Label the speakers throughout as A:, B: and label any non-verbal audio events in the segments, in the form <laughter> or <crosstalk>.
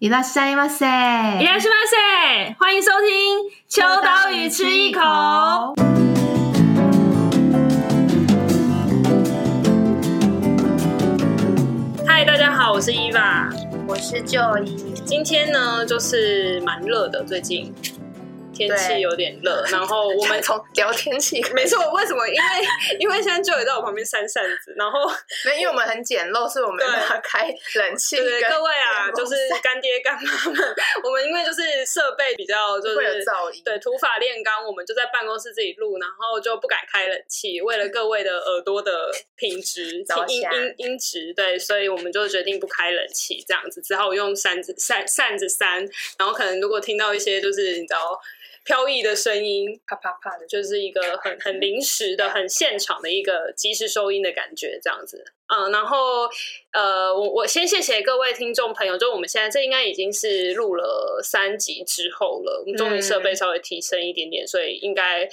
A: 伊拉西马塞，
B: 伊
A: 伊
B: 拉西马塞，欢迎收听《秋刀鱼吃一口》。嗨，大家好，我是伊娃。
A: 我是就医，
B: 今天呢，就是蛮热的，最近天气
A: 对
B: 有点 <laughs> 热，然后我
A: 我
B: 们
A: 们。从聊天起开始，
B: 没错，为什么？因为因为现在就也在我旁边扇扇子，然后
A: 没有，因为我们很简陋，所以我们
B: 对
A: 要开冷气
B: <laughs> 对
A: 跟，
B: 对各位 <laughs> 啊，
A: 电风
B: 就是
A: 扇
B: 干爹干妈们，我们因为就是设备比较就
A: 会有
B: 是
A: 噪音。
B: 对，土法炼钢，我们就在办公室自己录，然后就不敢开冷气，为了各位的耳朵的品质、
A: 着
B: 音
A: 想
B: 音音质，对，所以我们就决定不开冷气，这样子，只好用扇子扇扇子扇，然后可能如果听到一些就是你知道飘逸的声音，
A: 啪啪啪的，
B: 就是一个很很临时的、很现场的一个即时收音的感觉，这样子。嗯，然后呃，我我先谢谢各位听众朋友，就我们现在这应该已经是录了三集之后了，我们终于设备
A: 嗯
B: 稍微提升一点点，所以应该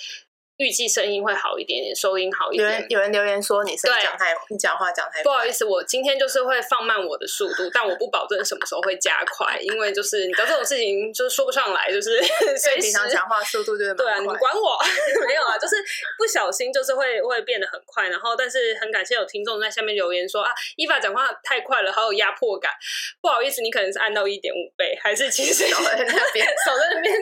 B: 预计声音会好一点点，收音好一
A: 有人
B: 点。
A: 有人留言说你声音
B: 对
A: 讲太，你讲话讲太
B: 不好意思，我今天就是会放慢我的速度，但我不保证什么时候会加快，因为就是你知道这种事情就是说不上来，就是 <laughs>
A: 所以
B: 随
A: 平
B: 时
A: 常讲话速度就是蛮
B: 对
A: <laughs>
B: 啊，你们
A: 快
B: 管我 <laughs> 没有啊？就是不小心，就是会会变得很快。然后，但是很感谢有听众在下面留言说啊，伊娃讲话太快了，好有压迫感。不好意思，你可能是按到一点五倍， <laughs> 还是其实
A: 手
B: <laughs>
A: 在那边
B: 手在那边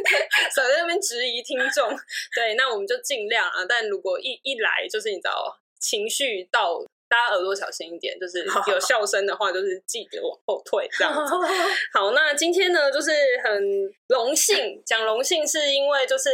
B: 手在那边质疑听众。 <laughs> 对，那我们就尽量啊。但如果一一来就是你知道情绪到。大家耳朵小心一点，就是有笑声的话，就是记得往后退这样子。 <laughs> 好，那今天呢，就是很荣幸，讲荣幸是因为就是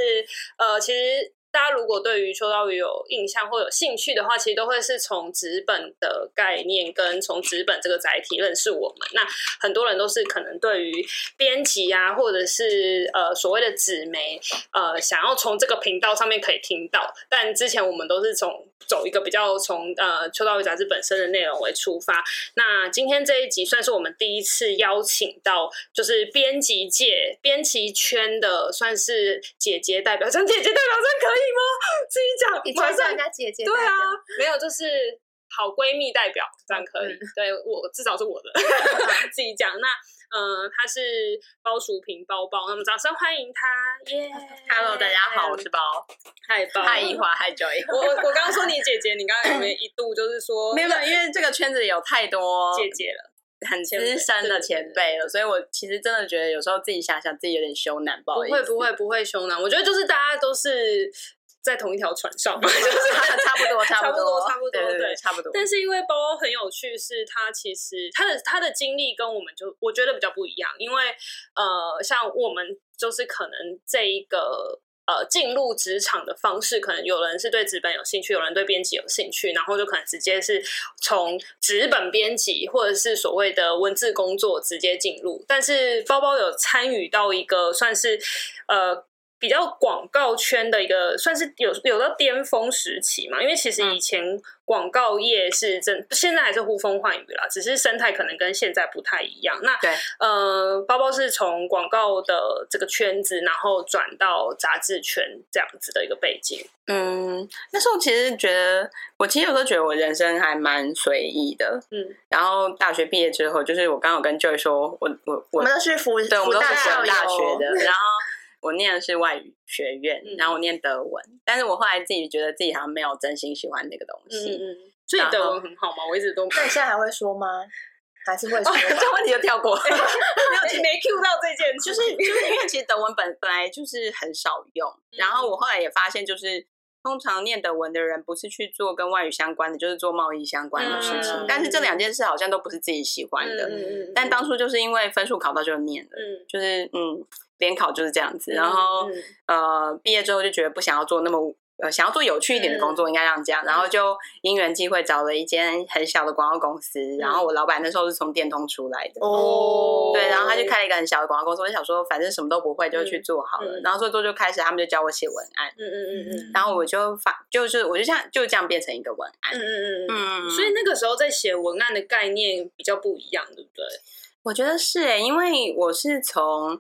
B: 呃，其实大家如果对于秋刀鱼有印象或有兴趣的话，其实都会是从纸本的概念跟从纸本这个载体认识我们。那很多人都是可能对于编辑啊，或者是呃所谓的纸媒，呃，想要从这个频道上面可以听到，但之前我们都是从走一个比较从呃秋刀鱼杂志本身的内容为出发，那今天这一集算是我们第一次邀请到，就是编辑界、编辑圈的，算是姐姐代表， <laughs> 讲姐姐代表真可以吗？自己
A: 你
B: 讲，马
A: 叫
B: 上
A: 人家姐姐，
B: 对啊，没有就是好闺蜜代表，这样可以。
A: 嗯
B: 对我至少是
C: <laughs>
B: 我的自己讲。那嗯，她是包薯平包包，那么掌声欢迎她耶
C: <laughs> Hello，大家好，我是包，
B: 嗨包
C: 嗨一。华，嗨
B: <laughs>
C: Joy。
B: 我我我刚刚说你姐姐，你刚刚有没有一度就是说
C: 没有，没有因为这个圈子有太多
B: 姐姐了？
C: 很资深的前辈了，所以我其实真的觉得有时候自己想想自己有点羞赧，不
B: 不
C: 好意思。
B: 会不会不会凶呢，我觉得就是大家都是在同一条船上
C: <laughs>
B: 嘛， <laughs> 就是
C: 差不多，
B: 差不
C: 不
B: 多
C: 多，
B: 差不多
C: 对对
B: 对
C: 对，差不多。
B: 但是因为包包很有趣，是他其实他的他的经历跟我们就我觉得比较不一样，因为呃，像我们就是可能这一个。呃，进入职场的方式，可能有人是对纸本有兴趣，有人对编辑有兴趣，然后就可能直接是从纸本编辑或者是所谓的文字工作直接进入。但是包包有参与到一个算是呃比较广告圈的一个，算是有有到巅峰时期嘛。因为其实以前广告业是真，现在还是呼风唤雨啦，只是生态可能跟现在不太一样。那
C: 对
B: 呃，包包是从广告的这个圈子，然后转到杂志圈这样子的一个背景。
C: 嗯，那时候其实觉得，我其实有时候觉得我人生还蛮随意的。
B: 嗯，
C: 然后大学毕业之后，就是我刚好跟 Joy 说，我我
A: 我
C: 我
A: 们都是福，
C: 对，我们都是
A: 福
C: 福大
A: 校
C: 学
A: 友
C: 的，然后我念的是外语学院
B: 嗯，
C: 然后我念德文，但是我后来自己觉得自己好像没有真心喜欢那个东
B: 嗯
C: 西，
B: 嗯，所以你德文很好吗？我一直都没
A: 那你现在还会说吗？还是会说
C: 哦
A: 吗？
C: <laughs> 这问题就跳过。 <laughs>
B: 有没 Q 到这件，
C: 就
B: 就是是
C: 就是因为其实德文本本来就是很少用，
B: 嗯
C: 然后我后来也发现，就是通常念德文的人不是去做跟外语相关的，就是做贸易相关的事情。
B: 嗯
C: 但是这两件事好像都不是自己喜欢的。
B: 嗯
C: 但当初就是因为分数考到就念了，
B: 嗯，
C: 就是嗯，联考就是这样子。然后、
B: 嗯
C: 呃，毕业之后就觉得不想要做那么。呃，想要做有趣一点
B: 嗯
C: 的工作，应该让这样。然后就因缘际会找了一间很小的广告公司，然
B: 嗯
C: 后我老板那时候是从电通出来的，
A: 哦，
C: 对，然后他就开了一个很小的广告公司，我就想说反正什么都不会，就去
B: 嗯
C: 做好了。
B: 嗯
C: 然后做做就开始，他们就教我写文案，
B: 嗯
A: 哦
B: 嗯嗯嗯
C: 然后我就发，就是我就像就这样变成一个文案。
B: 嗯嗯嗯。
C: 嗯，
B: 所以那个时候在写文案的概念比较不一样，对不对？
C: 我觉得是诶、因为我是从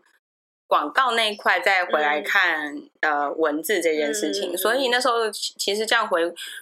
C: 广告那一块再回来
B: 嗯
C: 看、呃文字这件事情，
B: 嗯嗯嗯
C: 所以那时候其其实这样回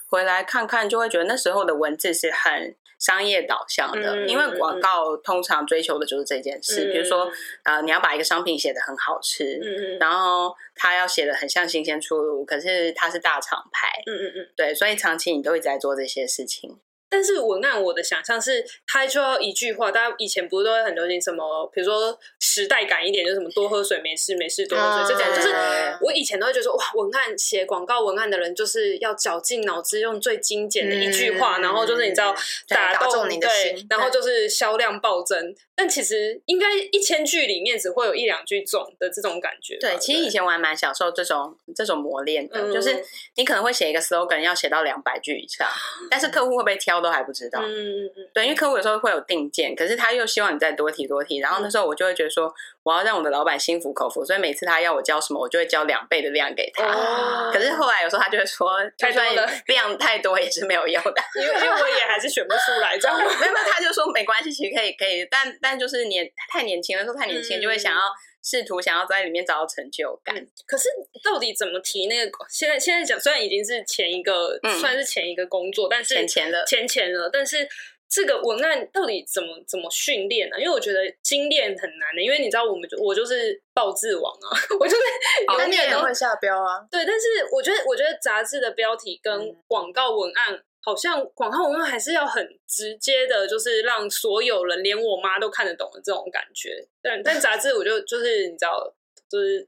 C: 回来看看，就会觉得那时候的文字是很商业导向的，
B: 嗯嗯
C: 因为广告通常追求的就是这件事，比如说呃，你要把一个商品写得很好吃，
B: 嗯嗯嗯
C: 然后它要写的很像新鲜出炉，可是它是大厂牌，
B: 嗯嗯嗯。
C: 对，所以长期你都一直在做这些事情。
B: 但是文案我的想象是，它就要一句话，大家以前不是都会很流行什么，比如说时代感一点，就是什么多喝水没事没事多喝水，这种
A: 嗯
B: 就是
A: 对
B: 我以前都会觉得说，哇，文案写广告文案的人就是要绞尽脑汁，用最精简的一句话，
C: 嗯
B: 然后就是你知道
A: 对打
B: 动
A: 中你的
B: 对
A: 心
B: 然后就是销量暴增。但其实应该一千句里面只会有一两句中的这种感觉吧。
C: 对，其实以前我还蛮享受这种这种磨练的，
B: 嗯
C: 就是你可能会写一个 slogan 要写到两百句以上，但是客户会不会挑都还不知道。
B: 嗯嗯嗯
C: 对，因为客户有时候会有定见，可是他又希望你再多提多提，然
B: 嗯
C: 后那时候我就会觉得说，我要让我的老板心服口服，所以每次他要我交什么，我就会交两倍的量给他。
B: 哦
C: 啊可是后来有时候他就会说，就
B: 太多
C: 算
B: 了
C: 量太多也是没有用的，
B: <laughs> 因为因为我也还是
C: <laughs>
B: 选不出来，这样 <laughs> 吗？
C: 没有，没有他就说没关系，其实可以可以，但但就是年太年轻的时候太年轻，
B: 嗯
C: 就会想要试图想要在里面找到成就感。
B: 可是到底怎么提那个？现在现在讲，虽然已经是前一个，
C: 嗯
B: 算是前一个工作，但是
C: 前前的
B: 前前了，但是。这个文案到底怎么怎么训练啊呢、因为我觉得精炼很难的，因为你知道我们我就是爆字王啊， <laughs> 我就是
A: 那
B: 永
A: 哦你
B: 远
A: 也
B: 都
A: 会下标啊？
B: 对。但是我觉得我觉得杂志的标题跟广告文案好像广告文案还是要很直接的，就是让所有人连我妈都看得懂的这种感觉。但但杂志我就就是你知道就是。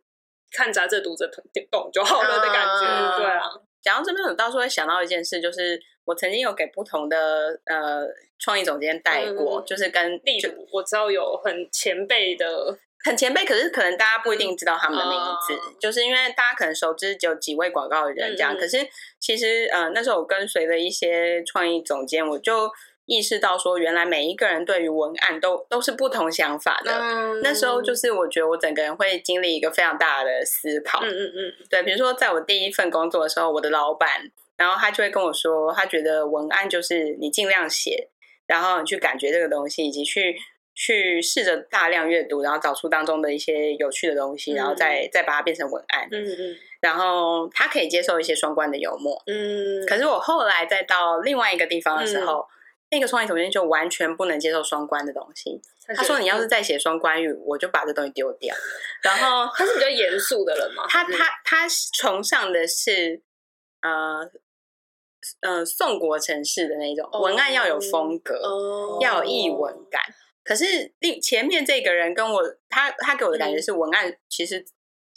B: 看杂志的读者懂就好了的感觉，
A: 啊
B: 对啊，
C: 讲到这边，我倒是会想到一件事，就是我曾经有给不同的呃创意总监带过，
B: 嗯
C: 就是跟
B: 例
C: 就
B: 如我知道有很前辈的，
C: 很前辈，可是可能大家不一定知道他们的名字，
B: 哦
C: 就是因为大家可能熟知只有几位广告人这样。
B: 嗯嗯
C: 可是其实呃，那时候我跟随了一些创意总监，我就意识到说，原来每一个人对于文案都都是不同想法的。
B: 嗯，
C: 那时候就是是我觉得我整个人会经历一个非常大的思考，
B: 嗯嗯嗯，
C: 对，比如说在我第一份工作的时候，我的老板，然后他就会跟我说，他觉得文案就是你尽量写，然后你去感觉这个东西，以及去去试着大量阅读，然后找出当中的一些有趣的东西，然后再再把它变成文案。
B: 嗯嗯
C: 然后他可以接受一些双关的幽默，
B: 嗯，
C: 可是我后来再到另外一个地方的时候，那个创意总监就完全不能接受双关的东西。他说：“你
B: 嗯
C: 要是再写双关语，我就把这东西丢掉。”然后
B: 他是比较严肃的人嘛，
C: 他
B: 还是
C: 他他崇尚的是呃呃宋国城市的那种、
B: 哦
C: 文案，要有风格，
B: 哦
C: 要有译文感。可是另前面这个人跟我他他给我的感觉
B: 嗯
C: 是文案，其实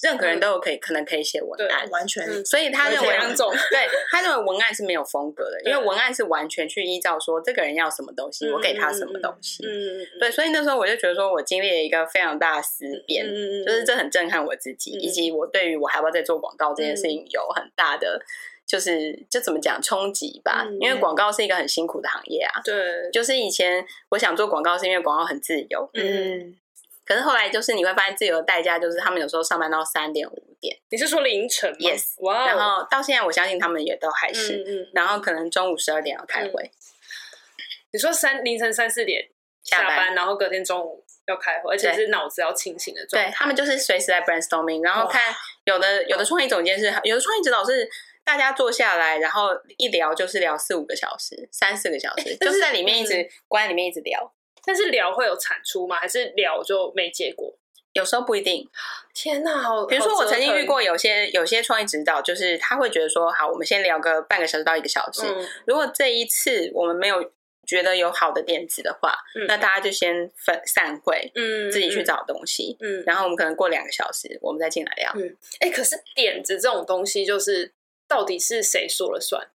C: 任何人都有可以、可能可以写文案，
A: 完全
B: 嗯
C: 所以他
B: 有
C: 认为
B: 两种
C: 对他认为文案是没有风格的，因
B: 对
C: 为文案是完全去依照说这个人要什么东西，
B: 嗯
C: 我给他什么东西。
B: 嗯，嗯
C: 对，，所以那时候我就觉得说我经历了一个非常大的思辨，
B: 嗯
C: 就是这很震撼我自己，
B: 嗯
C: 以及我对于我还要不要再做广告这件事情有很大的，就是就怎么讲冲击吧。
B: 嗯
C: 因为广告是一个很辛苦的行业啊，
B: 对，
C: 就是以前我想做广告是因为广告很自由，
A: 嗯，
C: 可是后来就是你会发现自由的代价就是他们有时候上班到三点五点，
B: 你是说凌晨吗
C: Yes，
B: 哇哦，
C: 然后到现在我相信他们也都还是，
B: 嗯嗯，
C: 然后可能中午十二点要开会，
B: 你说三凌晨三四点
C: 下班
B: 班，然后隔天中午要开会，而且
C: 对
B: 是脑子要清醒的状
C: 对
B: 态，
C: 他们就是随时在 brainstorming，然后
A: 哇
C: 看有的有的创意总监是有的创意指导是大家坐下来，然后一聊就是聊四五个小时、三四个小时，
B: 但嗯
C: 就是是在里面一直关在里面一直聊，
B: 但是聊会有产出吗？还是聊就没结果？
C: 有时候不一定。
B: 天哪，好，
C: 比如说
B: 好
C: 我
B: 折
C: 曾经遇
B: 腾，
C: 过有些有些创意指导，就是他会觉得说，好，我们先聊个半个小时到一个小时，
B: 嗯
C: 如果这一次我们没有觉得有好的点子的话，
B: 嗯
C: 那大家就先分散会，
B: 嗯，
C: 自己去
B: 嗯，
C: 找东西。
B: 嗯，
C: 然后我们可能过两个小时，我们再进来聊。
B: 哎、可是点子这种东西，就是到底是谁说了算，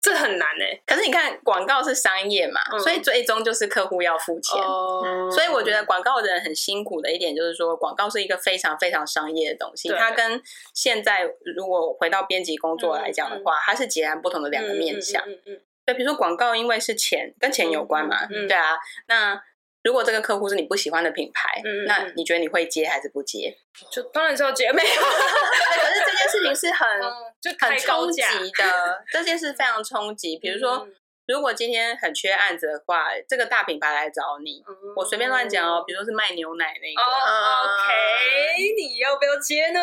B: 这很难哎、
C: 可是你看，广告是商业嘛，
B: 嗯
C: 所以最终就是客户要付钱。
B: 哦
C: 啊所以我觉得广告人很辛苦的一点就是说，广告是一个非常非常商业的东西，
B: 对
C: 它跟现在如果回到编辑工作来讲的话，它是截然不同的两个面向。
B: 嗯嗯
C: 对，比如说广告，因为是钱跟钱有关嘛，
B: 嗯嗯嗯
C: 对啊。那如果这个客户是你不喜欢的品牌，
B: 嗯嗯嗯
C: 那你觉得你会接还是不
B: <laughs>
C: 接？
B: 就当然是要姐妹，
C: 对，可是这件事情是很
B: 就
C: 很
B: 开高
C: 冲击
B: 价，嗯
C: 的，这件事非常冲击。比如说，如果今天很缺案子的话，这个大品牌来找你，
B: 嗯，
C: 我随便乱讲哦，比如说是卖牛奶
B: 哦、
C: 那个，
B: o k 你要不要接呢？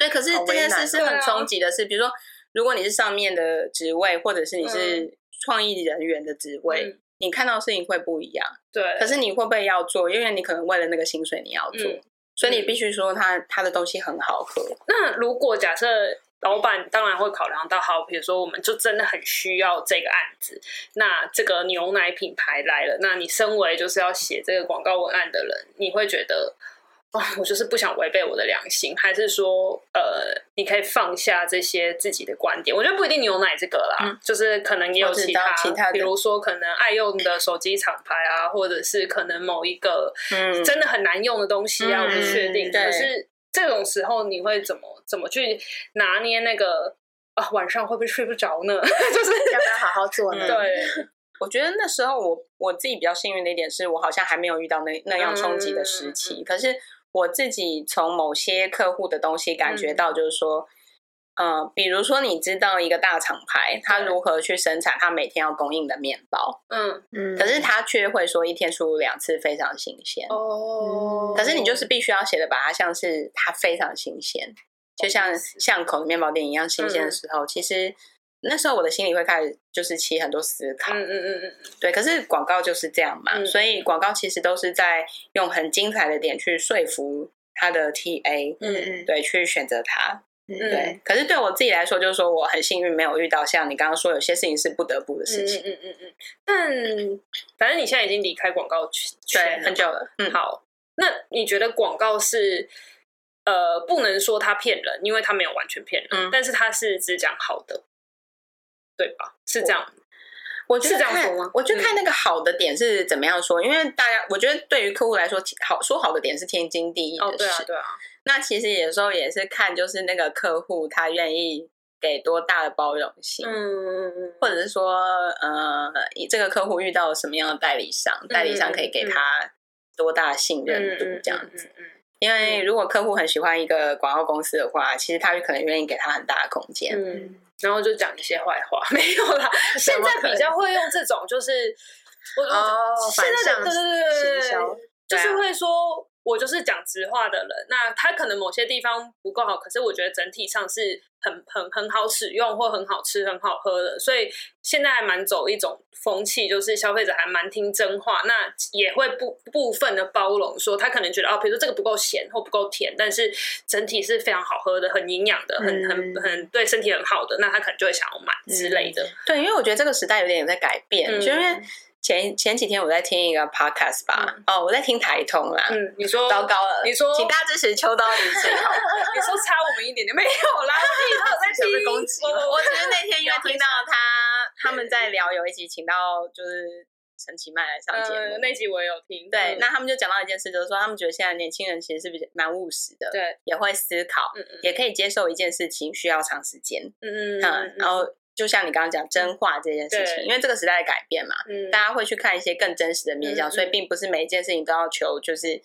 C: 对，可是
A: 好
C: 这
A: 为
C: 件
A: 难
C: 事是
B: 对
C: 很
B: 啊
C: 冲击的事，比如说如果你是上面的职位，或者是你是创意人员的职位，
B: 嗯
C: 你看到的事情会不一样。
B: 对，
C: 可是你会不会要做？因为你可能为了那个薪水你要做，
B: 嗯
C: 所以你必须说他他的东西很好喝。
B: 那如果假设老板当然会考量到，好，比如说我们就真的很需要这个案子，那这个牛奶品牌来了，那你身为就是要写这个广告文案的人，你会觉得， <laughs> 哦，我就是不想违背我的良心，还是说，呃，你可以放下这些自己的观点？我觉得不一定牛奶这个啦，
C: 嗯
B: 就是可能也有
C: 我知
B: 其
C: 道
B: 他，
C: 其他的
B: 比如说可能爱用的手机厂牌啊，或者是可能某一个
C: 嗯
B: 真的很难用的东西啊，
C: 嗯
B: 我不确定。
C: 对
B: 可是这种时候你会怎么怎么去拿捏那个啊？晚上会不会睡不着呢？ <laughs> 就是
A: 要不要好好做呢？
C: 嗯
B: 对，
C: 我觉得那时候我我自己比较幸运的一点是我好像还没有遇到那那样冲击的
B: 嗯
C: 时期，可是我自己从某些客户的东西感觉
B: 嗯
C: 到，就是说。呃，比如说，你知道一个大厂牌，它
B: 对
C: 如何去生产它每天要供应的面包，
B: 嗯，
A: 嗯
C: 可是它却会说一天出炉两次，非常新鲜。
B: 哦
C: 可是你就是必须要写的，把它像是它非常新鲜，就像巷口的面包店一样新鲜
B: 嗯
C: 的时候，其实那时候我的心里会开始就是起很多思考。
B: 嗯嗯嗯嗯，
C: 对，可是广告就是这样嘛，
B: 嗯
C: 所以广告其实都是在用很精彩的点去说服他的 TA，
A: 嗯嗯
C: 对，去选择他。
A: 嗯
B: 嗯
C: 对，可是对我自己来说，就是说我很幸运没有遇到像你刚刚说有些事情是不得不的事情，
B: 嗯嗯嗯嗯嗯。但反正你现在已经离开广告圈圈
C: 对，
B: 了
C: 很久了，嗯，
B: 好，那你觉得广告是呃，不能说它骗人，因为它没有完全骗人，
C: 嗯
B: 但是它是只讲好的，对吧？是这样，
C: 我觉得
B: 是这样
C: 看
B: 说吗
C: 我就
B: 嗯
C: 看那个好的点是怎么样说，因为大家我觉得对于客户来说，好说好的点是天经地义的
B: 哦
C: 事。，
B: 对啊，对啊，
C: 那其实有时候也是看就是那个客户他愿意给多大的包容性，
B: 嗯嗯
C: 或者是说，呃，以这个客户遇到了什么样的代理商，代理商可以给他多大的信任度这样
B: 嗯
C: 子。，
B: 嗯嗯嗯嗯
C: 因为如果客户很喜欢一个广告公司的话，其实他可能愿意给他很大的空间。
B: 嗯，然后就讲一些坏话，没有啦。现
A: 么可
B: 在
A: 能
B: 比较会用这种，就是我
A: 哦
B: 现在的
A: 反向
B: 对对对
A: 行
B: 对
A: 销
B: 对，就
C: 对
B: 是
C: 啊
B: 会说我就是讲直话的人。那他可能某些地方不够好，可是我觉得整体上是很很很好使用或很好吃、很好喝的。所以现在还蛮走一种风气，就是消费者还蛮听真话，那也会部部分的包容说他可能觉得哦，比如说这个不够咸或不够甜，但是整体是非常好喝的、很营养的、很很
A: 嗯
B: 很对身体很好的，那他可能就会想要买
C: 嗯
B: 之类的。
C: 对，因为我觉得这个时代有点在改变，
B: 嗯
C: 就因为前前几天我在听一个 podcast 吧，哦，我在听台通啦，
B: 嗯，你说
C: 糟糕了，
B: 你说
C: 请大家支持秋刀鱼 <laughs> 最好。
B: 你说差我们一点点没有
C: <laughs>
B: 啦，我自己都有在
A: 想被
B: 听
A: 攻击吗
B: 我我
C: 我只是那 <laughs> 天因为哦听到他他们 <laughs> 在聊有一集请到就是陈其迈来上节目，
B: 呃，那集我也有听。嗯
C: 对，那他们就讲到一件事，就是说他们觉得现在年轻人其实是比较蛮务实的，
B: 对，
C: 也会思考，
B: 嗯嗯
C: 也可以接受一件事情需要长时间，
B: 嗯嗯嗯
C: 嗯，然后就像你刚刚讲真话这件事情，
B: 对
C: 因为这个时代的改变嘛，
B: 嗯
C: 大家会去看一些更真实的面
B: 嗯
C: 相，
B: 嗯
C: 所以并不是每一件事情都要求就是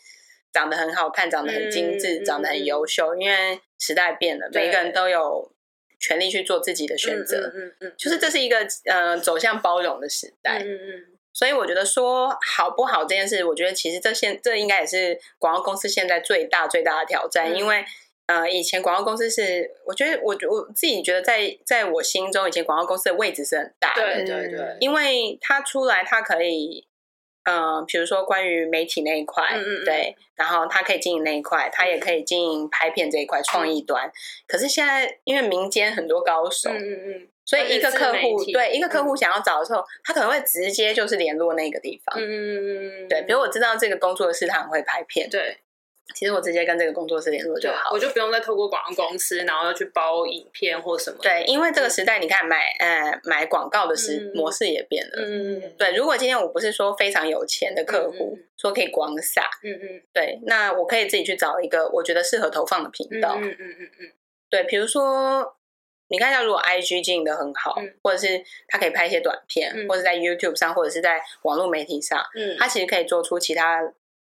C: 长得很好看、长得很精致、
B: 嗯嗯
C: 长得很优秀，因为时代变了，
B: 对
C: 每个人都有权利去做自己的选择。
B: 嗯嗯嗯，
C: 就是这是一个呃走向包容的时代，
B: 嗯嗯
C: 所以我觉得说好不好这件事，我觉得其实这现这应该也是广告公司现在最大最大的挑战，
B: 嗯
C: 因为呃，以前广告公司是，我觉得我我自己觉得在在我心中，以前广告公司的位置是很大的，
B: 对
A: 嗯
B: 对对，
C: 因为它出来它可以。呃，比如说关于媒体那一块，
B: 嗯嗯嗯嗯
C: 对，然后它可以经营那一块，它也可以经营拍片这一块创意端。可是现在因为民间很多高手，
B: 嗯嗯嗯
C: 所以一个客
B: 而且自媒
C: 户
B: 体嗯
C: 对一个客户想要找的时候，他可能会直接就是联络那个地方。
B: 嗯嗯，
C: 对，比如我知道这个工作室他很会拍片，
B: 对
C: 其实我直接跟这个工作室联络就
B: 对，
C: 好
B: 我
C: 了。
B: 就不用再透过广告公司，然后要去包影片或什么。
C: 对，，因为这个时代，你看买呃买广告的
B: 嗯
C: 时
B: 嗯
C: 模式也变了。
B: 嗯嗯
C: 对，如果今天我不是说非常有钱的客户，
B: 嗯
C: 说可以广撒，
B: 嗯嗯
C: 对，那我可以自己去找一个我觉得适合投放的频道。
B: 嗯嗯嗯
C: 对，比如说你看一下，如果 IG 经营的很好，
B: 嗯
C: 或者是他可以拍一些短片，
B: 嗯
C: 或者在 YouTube 上，或者是在网络媒体上，
B: 嗯，
C: 它其实可以做出其他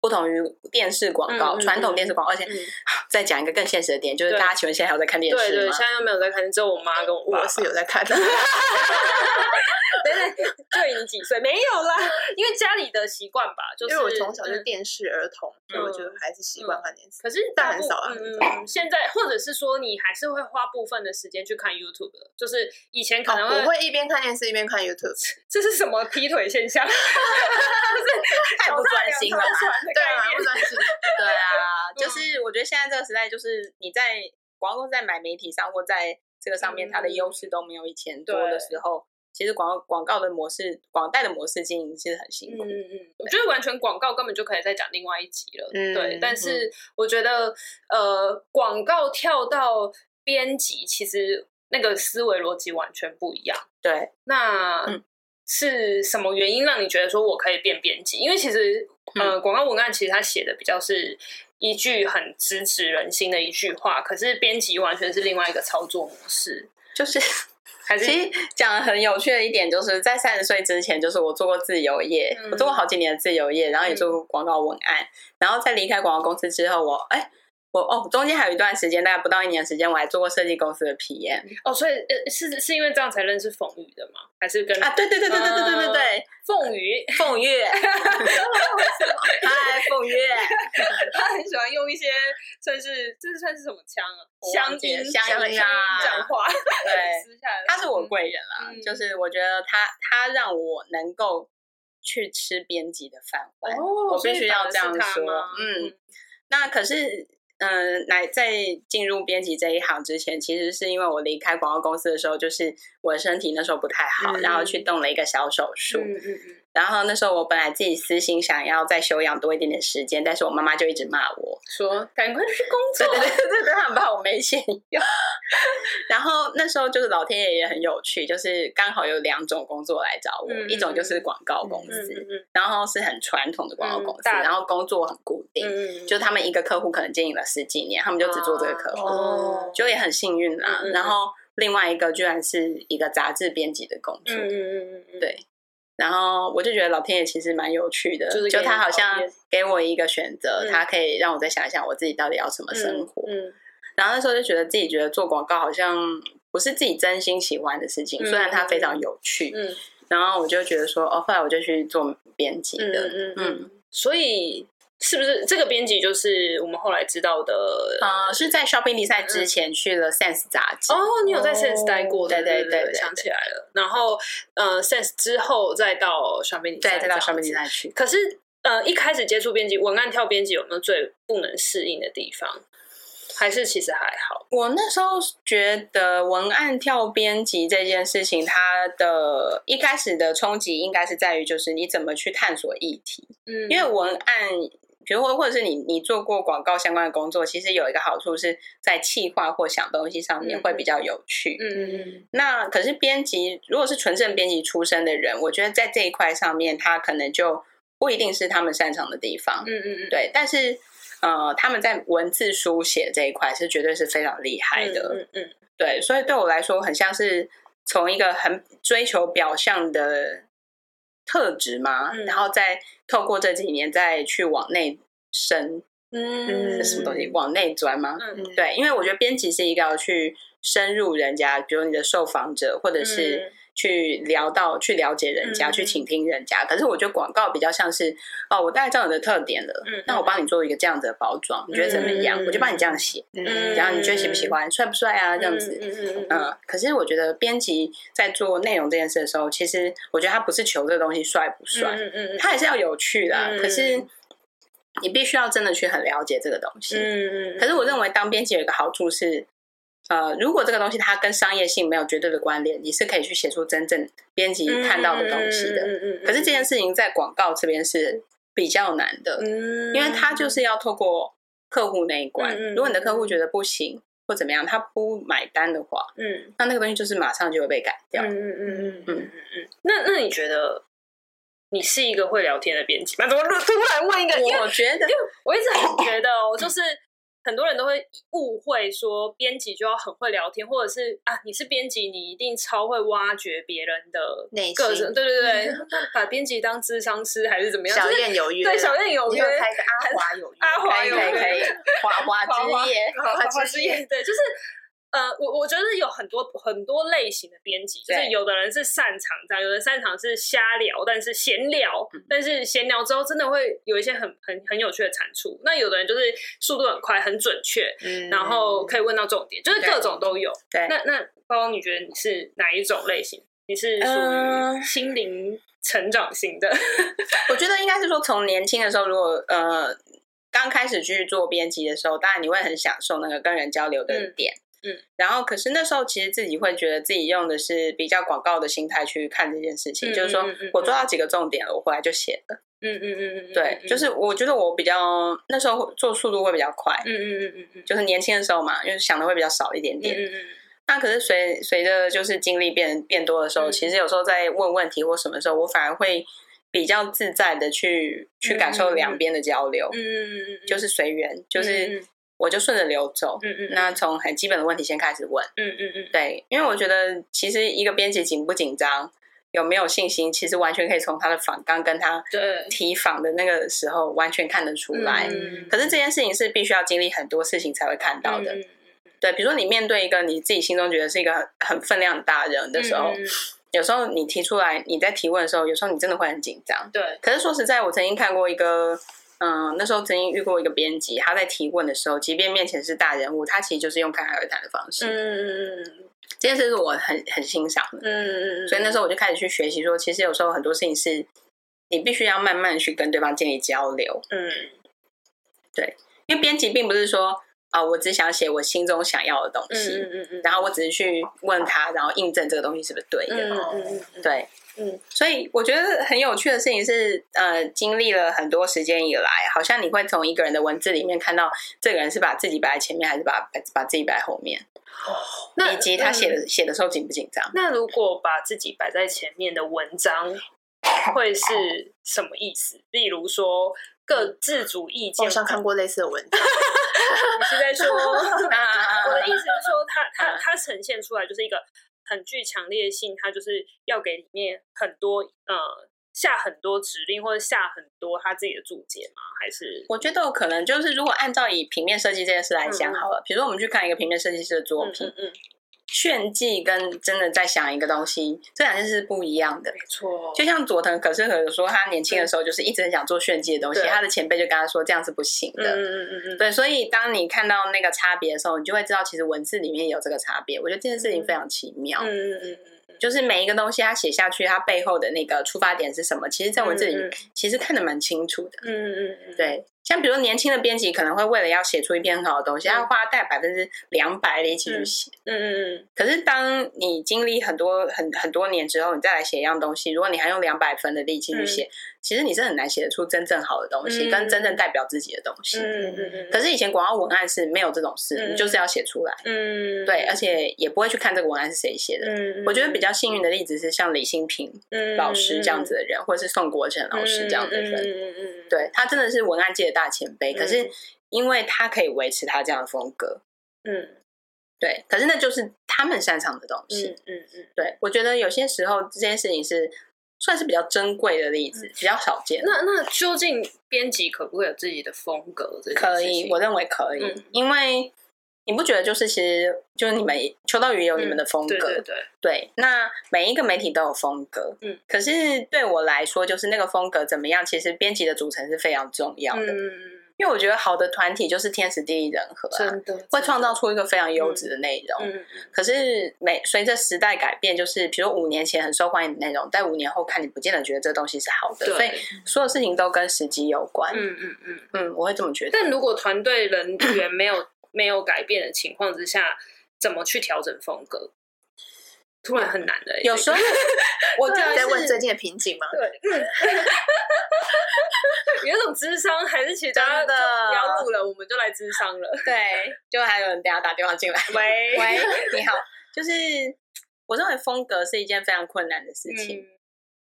C: 不同于电视广告、
B: 嗯嗯
C: 传统电视广告，而且
B: 嗯
C: 啊 <laughs> 再讲一个更现实的点，就是
B: 对
C: 大家请问现在还有在看电
B: 对
C: 视
B: 对，
C: 吗
B: 现？在都没有在看，只有我妈跟我爸
A: 我。是有在看的，
B: 对对，就你几岁？没有啦，因为家里的习惯吧，就是
A: 因为我从小就是
B: 嗯
A: 电视儿童，所以我就还是习惯看电视。
B: 可是
A: 但
B: 大
A: 很
B: 部
A: 少啊
B: 嗯，嗯嗯现在或者是说，你还是会花部分的时间去看 YouTube 的，就是以前可能
A: 哦我会一边看电视一边
B: <laughs>
A: 看 YouTube，
B: 这是什么劈腿现象？
C: 太不专心了吧？
B: 对
A: 对啊，不专心。
C: 对
B: <laughs>
C: 啊，
B: 嗯
C: 就是我觉得现在这个时代，就是你在广告公司在买媒体上或在这个上面，
B: 嗯
C: 它的优势都没有以前多
B: 对
C: 的时候，其实广广告的模式、广代的模式经营是很辛
B: 嗯
C: 苦。
B: 嗯嗯，我觉得完全广告根本就可以再讲另外一集了。
A: 嗯
B: 对，但是我觉得呃，广告跳到编辑，其实那个思维逻辑完全不一样。
C: 对，
B: 那、
C: 嗯
B: 是什么原因让你觉得说我可以变编辑？因为其实呃，广告文案其实它写的比较是一句很直指人心的一句话，可是编辑完全是另外一个操作模式，
C: 就是
B: 还是
C: 其实讲得很有趣的一点，就是在三十岁之前，就是我做过自由业，
B: 嗯
C: 我做过好几年的自由业，然后也
B: 嗯
C: 做过广告文案，然后在离开广告公司之后，我哎。我哦，中间还有一段时间，大概不到一年的时间，我还做过设计公司的 PM
B: 哦，所以呃，是是因为这样才认识凤雨的吗？还是跟
C: 啊，对对对对对对对对对，
B: 凤雨，
C: 凤月，嗨，凤月，
B: <laughs> 他很喜欢用一些算是这是算是什么腔啊？
C: 我
B: 乡
C: 忘记
B: 音
C: 了乡
B: 乡
C: 音啊
B: 讲话， <laughs>
C: 对，
B: 私下的
C: 他是我贵人啦，
B: 嗯
C: 就是我觉得他他让我能够去吃编辑的饭碗，
B: 哦，
C: 我必须要这样
B: 所以反而是
C: 说
B: 他吗，
C: 嗯，那可是，嗯、来在进入编辑这一行之前，其实是因为我离开广告公司的时候，就是我的身体那时候不太好，
B: 嗯
C: 然后去动了一个小手术。
B: 嗯嗯嗯。
C: 然后那时候我本来自己私心想要再休养多一点点时间，但是我妈妈就一直骂我， <laughs>
B: 说赶快去工
C: 对
B: 作。
C: 对对对对，他很怕我没钱用。 <laughs> 然后那时候就是老天爷也很有趣，就是刚好有两种工作来找我，
B: 嗯
C: 一种就是广告公司，
B: 嗯
C: 然后是很传统的广告公司，
B: 嗯大的
C: 然后工作很固定。
B: 嗯
C: 就他们一个客户可能经营了十几年，他们就只做这个客户，
A: 哦
C: 就也很幸运啦。
B: 嗯嗯嗯
C: 然后另外一个居然是一个杂志编辑的工作，
B: 嗯嗯嗯，
C: 对。然后我就觉得老天爷其实蛮有趣的，
B: 就是给
C: 就
B: 你
C: 他好像
B: 考验
C: 给我一个选择，
B: 嗯
C: 他可以让我再想一想我自己到底要什么生活。
B: 嗯
C: 然后那时候就觉得自己觉得做广告好像不是自己真心喜欢的事情，
B: 嗯
C: 虽然它非常有趣。
B: 嗯
C: 然后我就觉得说，哦，后来我就去做编辑的，
B: 嗯嗯，所以是不是这个编辑就是我们后来知道的？
C: 呃，是在 Shopping 比赛之前去了 Sense 杂志。
B: 嗯哦，你有在 Sense 待过，对想起来了。然后呃，Sense 之后再到小编，
C: 对，再到 shopping 比。赛去。
B: 可是呃，一开始接触编辑文案跳编辑，有没有最不能适应的地方？还是其实还好？
C: 我那时候觉得文案跳编辑这件事情，它的一开始的冲击应该是在于，就是你怎么去探索议题。
B: 嗯
C: 因为文案，比如或或者是你你做过广告相关的工作，其实有一个好处是在企划或想东西上面
B: 嗯
C: 会比较有趣。
B: 嗯
C: 那可是编辑，如果是纯正编辑出身的人，我觉得在这一块上面，他可能就不一定是他们擅长的地方。
B: 嗯嗯嗯，
C: 对，但是呃，他们在文字书写这一块是绝对是非常厉害的，
B: 嗯嗯。
C: 对，所以对我来说，很像是从一个很追求表象的特质嘛，
B: 嗯
C: 然后再透过这几年再去往内深，
B: 嗯，
C: 是什么东西？往内钻吗？
B: 嗯，
A: 嗯，
C: 对，因为我觉得编辑是一个要去深入人家，比如你的受访者，或者是去聊到、去了解人家、
B: 嗯
C: 去倾听人家。可是我觉得广告比较像是，哦，我大概知道你的特点了，
B: 嗯
C: 那我帮你做一个这样子的包装，你觉得怎么样？
A: 嗯
C: 我就帮你这样写，
B: 嗯
C: 然后你觉得喜不喜欢，帅不帅啊？这样子。嗯
B: 嗯嗯嗯
C: 可是我觉得编辑在做内容这件事的时候，其实我觉得他不是求这东西帅不帅，
B: 嗯嗯
C: 他还是要有趣啦。
B: 嗯
C: 可是你必须要真的去很了解这个东西。
B: 嗯嗯，
C: 可是我认为当编辑有一个好处是，呃，如果这个东西它跟商业性没有绝对的关联，你是可以去写出真正编辑看到的东西的。
B: 嗯嗯，
C: 可是这件事情在广告这边是比较难的，
B: 嗯，
C: 因为它就是要透过客户那一
B: 嗯
C: 关。
B: 嗯嗯
C: 如果你的客户觉得不行或怎么样，他不买单的话，
B: 嗯
C: 那那个东西就是马上就会被改掉。
B: 嗯嗯嗯嗯嗯嗯，那那你觉得你是一个会聊天的编辑吗？怎么突然问一 <laughs> 个？因为
C: 我觉得
B: 因为我一直很觉得哦，就是很多人都会误会说编辑就要很会聊天，或者是啊，你是编辑，你一定超会挖掘别人的
A: 内
B: 个
A: 心
B: 人，对对对，那把编辑当智商师还是怎么样？
A: 小
B: 就是
A: 燕有约，
B: 对小燕有
A: 你
B: 约
A: 就，开个阿华有约，
B: 阿华
C: 可以
B: 有
C: 可以可以，花花
B: 花花
C: 之夜，
A: 法
B: 法
A: 之
B: 之
A: 夜
B: 夜，对，就是呃，我我觉得有很多很多类型的编辑，就是
C: 对
B: 有的人是擅长这样，有的人擅长是瞎聊，但是闲聊，但是闲聊之后真的会有一些很很很有趣的产出。那有的人就是速度很快，很准确，
A: 嗯
B: 然后可以问到重点，就是各种都有。
C: 对
B: 那那包包，你觉得你是哪一种类型？你是属于
C: 嗯
B: 心灵成长型的？
C: 我觉得应该是说，从年轻的时候，如果呃刚开始去做编辑的时候，当然你会很享受那个跟人交流的
B: 嗯
C: 点，
B: 嗯
C: 然后可是那时候其实自己会觉得自己用的是比较广告的心态去看这件事情，
B: 嗯
C: 就是说
B: 嗯嗯嗯
C: 我做到几个重点了，我回来就写了。
B: 嗯嗯嗯嗯，嗯
C: 对，就是我觉得我比较那时候做速度会比较快，
B: 嗯嗯嗯嗯嗯，
C: 就是年轻的时候嘛，因为想的会比较少一点
B: 嗯
C: 点。
B: 嗯嗯。
C: 那可是随随着就是经历变变多的时候，
B: 嗯
C: 其实有时候在问问题或什么时候，我反而会比较自在的去去感受两边的交流，
B: 嗯嗯嗯，
C: 就是随缘，就
B: 嗯
C: 是我就顺着流走。
B: 嗯嗯，
C: 那从很基本的问题先开始问，
B: 嗯嗯嗯，
C: 对，因为我觉得其实一个编辑紧不紧张，有没有信心，其实完全可以从他的访纲跟他
B: 对，
C: 提访的那个时候完全看得出来。
B: 嗯
C: 可是这件事情是必须要经历很多事情才会看到的，
B: 嗯
C: 对，比如说你面对一个你自己心中觉得是一个很很分量很大的人的时候，
B: 嗯嗯
C: 有时候你提出来，你在提问的时候，有时候你真的会很紧张。
B: 对，
C: 可是说实在，我曾经看过一个，嗯、那时候曾经遇过一个编辑，他在提问的时候，即便面前是大人物，他其实就是用侃侃而谈的方式。
B: 嗯嗯
C: 这件事是我很很欣赏的，
B: 嗯嗯，
C: 所以那时
B: 候
C: 候我就开始去学习说，其实有时候很多事情是你必须要慢慢去跟对方建立交流，
B: 嗯
C: 因为编辑并不是说啊、我只想写我心中想要的东西，
B: 嗯嗯嗯，
C: 然后我只是去问他，然后印证这个东西是不是对的。
B: 嗯嗯
C: 对，
B: 嗯，
C: 所以我觉得很有趣的事情是，呃，经历了很多时间以来，好像你会从一个人的文字里面看到这个人是把自己摆在前面，还是把把把自己摆在后面，
B: 那嗯
C: 以及他写的写的时候紧不紧
B: <laughs>
C: 张。
B: 那如果把自己摆在前面的文章会是什么意思？例如说各自主意
A: 我
B: 见，
A: 好像看过类似的文章，
B: 你是在说
C: <laughs> 啊
B: 我的意思是说，它它它呈现出来就是一个很具强烈性，它就是要给里面很多呃下很多指令或者下很多他自己的注解吗？还是
C: 我觉得可能就是，如果按照以平面设计这件事来讲
B: 嗯嗯
C: 好了，比如说我们去看一个平面设计师的作
B: 嗯
C: 品，
B: 嗯嗯，
C: 炫技跟真的在想一个东西，这两件事是不一样的。
B: 没错，
C: 就像佐藤可士和说，他年轻的时候就是一直很想做炫技的东西，
B: 对
C: 他的前辈就跟他说这样是不行
B: 嗯
C: 的。
B: 嗯嗯嗯嗯，
C: 对，所以当你看到那个差别的时候，你就会知道其实文字里面也有这个差别。我觉得这件事情非常奇妙，
B: 嗯嗯嗯嗯嗯，
C: 就是每一个东西它写下去，它背后的那个出发点是什么，其实在文字里
B: 嗯嗯
C: 其实看得蛮清楚的。
B: 嗯嗯嗯，
C: 对，像比如说年轻的编辑可能会为了要写出一篇很好的东西，
B: 嗯
C: 他花大概百分之两百力气去写。
B: 嗯嗯嗯
C: 可是当你经历很多很很多年之后，你再来写一样东西，如果你还用两百分的力气去写，其实你是很难写得出真正好的东西，
B: 嗯
C: 跟真正代表自己的东西。
B: 嗯嗯嗯，
C: 可是以前广告文案是没有这种事，
B: 嗯
C: 你就是要写出来，
B: 嗯
C: 对，而且也不会去看这个文案是谁写的。
B: 嗯，
C: 我觉得比较幸运的例子是像李新平老师这样子的人，或者是宋国成老师这样的人，
B: 嗯嗯嗯，
C: 对他真的是文案界的大前辈。
B: 嗯
C: 可是因为他可以维持他这样的风格，
B: 嗯
C: 对，可是那就是他们擅长的东西。
B: 嗯嗯嗯。
C: 对，我觉得有些时候这件事情是算是比较珍贵的例子，比较少见。
B: 那那究竟编辑可不可以有自己的风格？
C: 可以，我认为可以，
B: 嗯
C: 因为你不觉得就是其实就是你们秋刀鱼也有你们的风格，
B: 对对对，
C: 嗯对，那每一个媒体都有风格，
B: 嗯，
C: 可是对我来说，就是那个风格怎么样，其实编辑的组成是非常重要的，
B: 嗯。
C: 因为我觉得好的团体就是天时地利人和、啊，
B: 真的
C: 会创造出一个非常优质的内容。
B: 嗯
C: 可是每随着时代改变，就是比如说五年前很受欢迎的内容，在五年后看，你不见得觉得这东西是好的，
B: 对
C: 所以所有事情都跟时机有关。
B: 嗯嗯嗯。
C: 嗯，我会这么觉得。
B: 但如果团队人员没有没有改变的情况之下，怎么去调整风格？突然很难欸的、
C: 有时候我觉
A: 在
C: 得
A: 问
C: 是
A: 最近的瓶颈吗？
B: 有一种智商，还是其实大家
C: 真的
B: 就不要录了，我们就来智商了。嗯
C: 对，就还有人等一下打电话进来，
B: <laughs> 喂
C: 喂，你好，就是我认为风格是一件非常困难的事情，
B: 嗯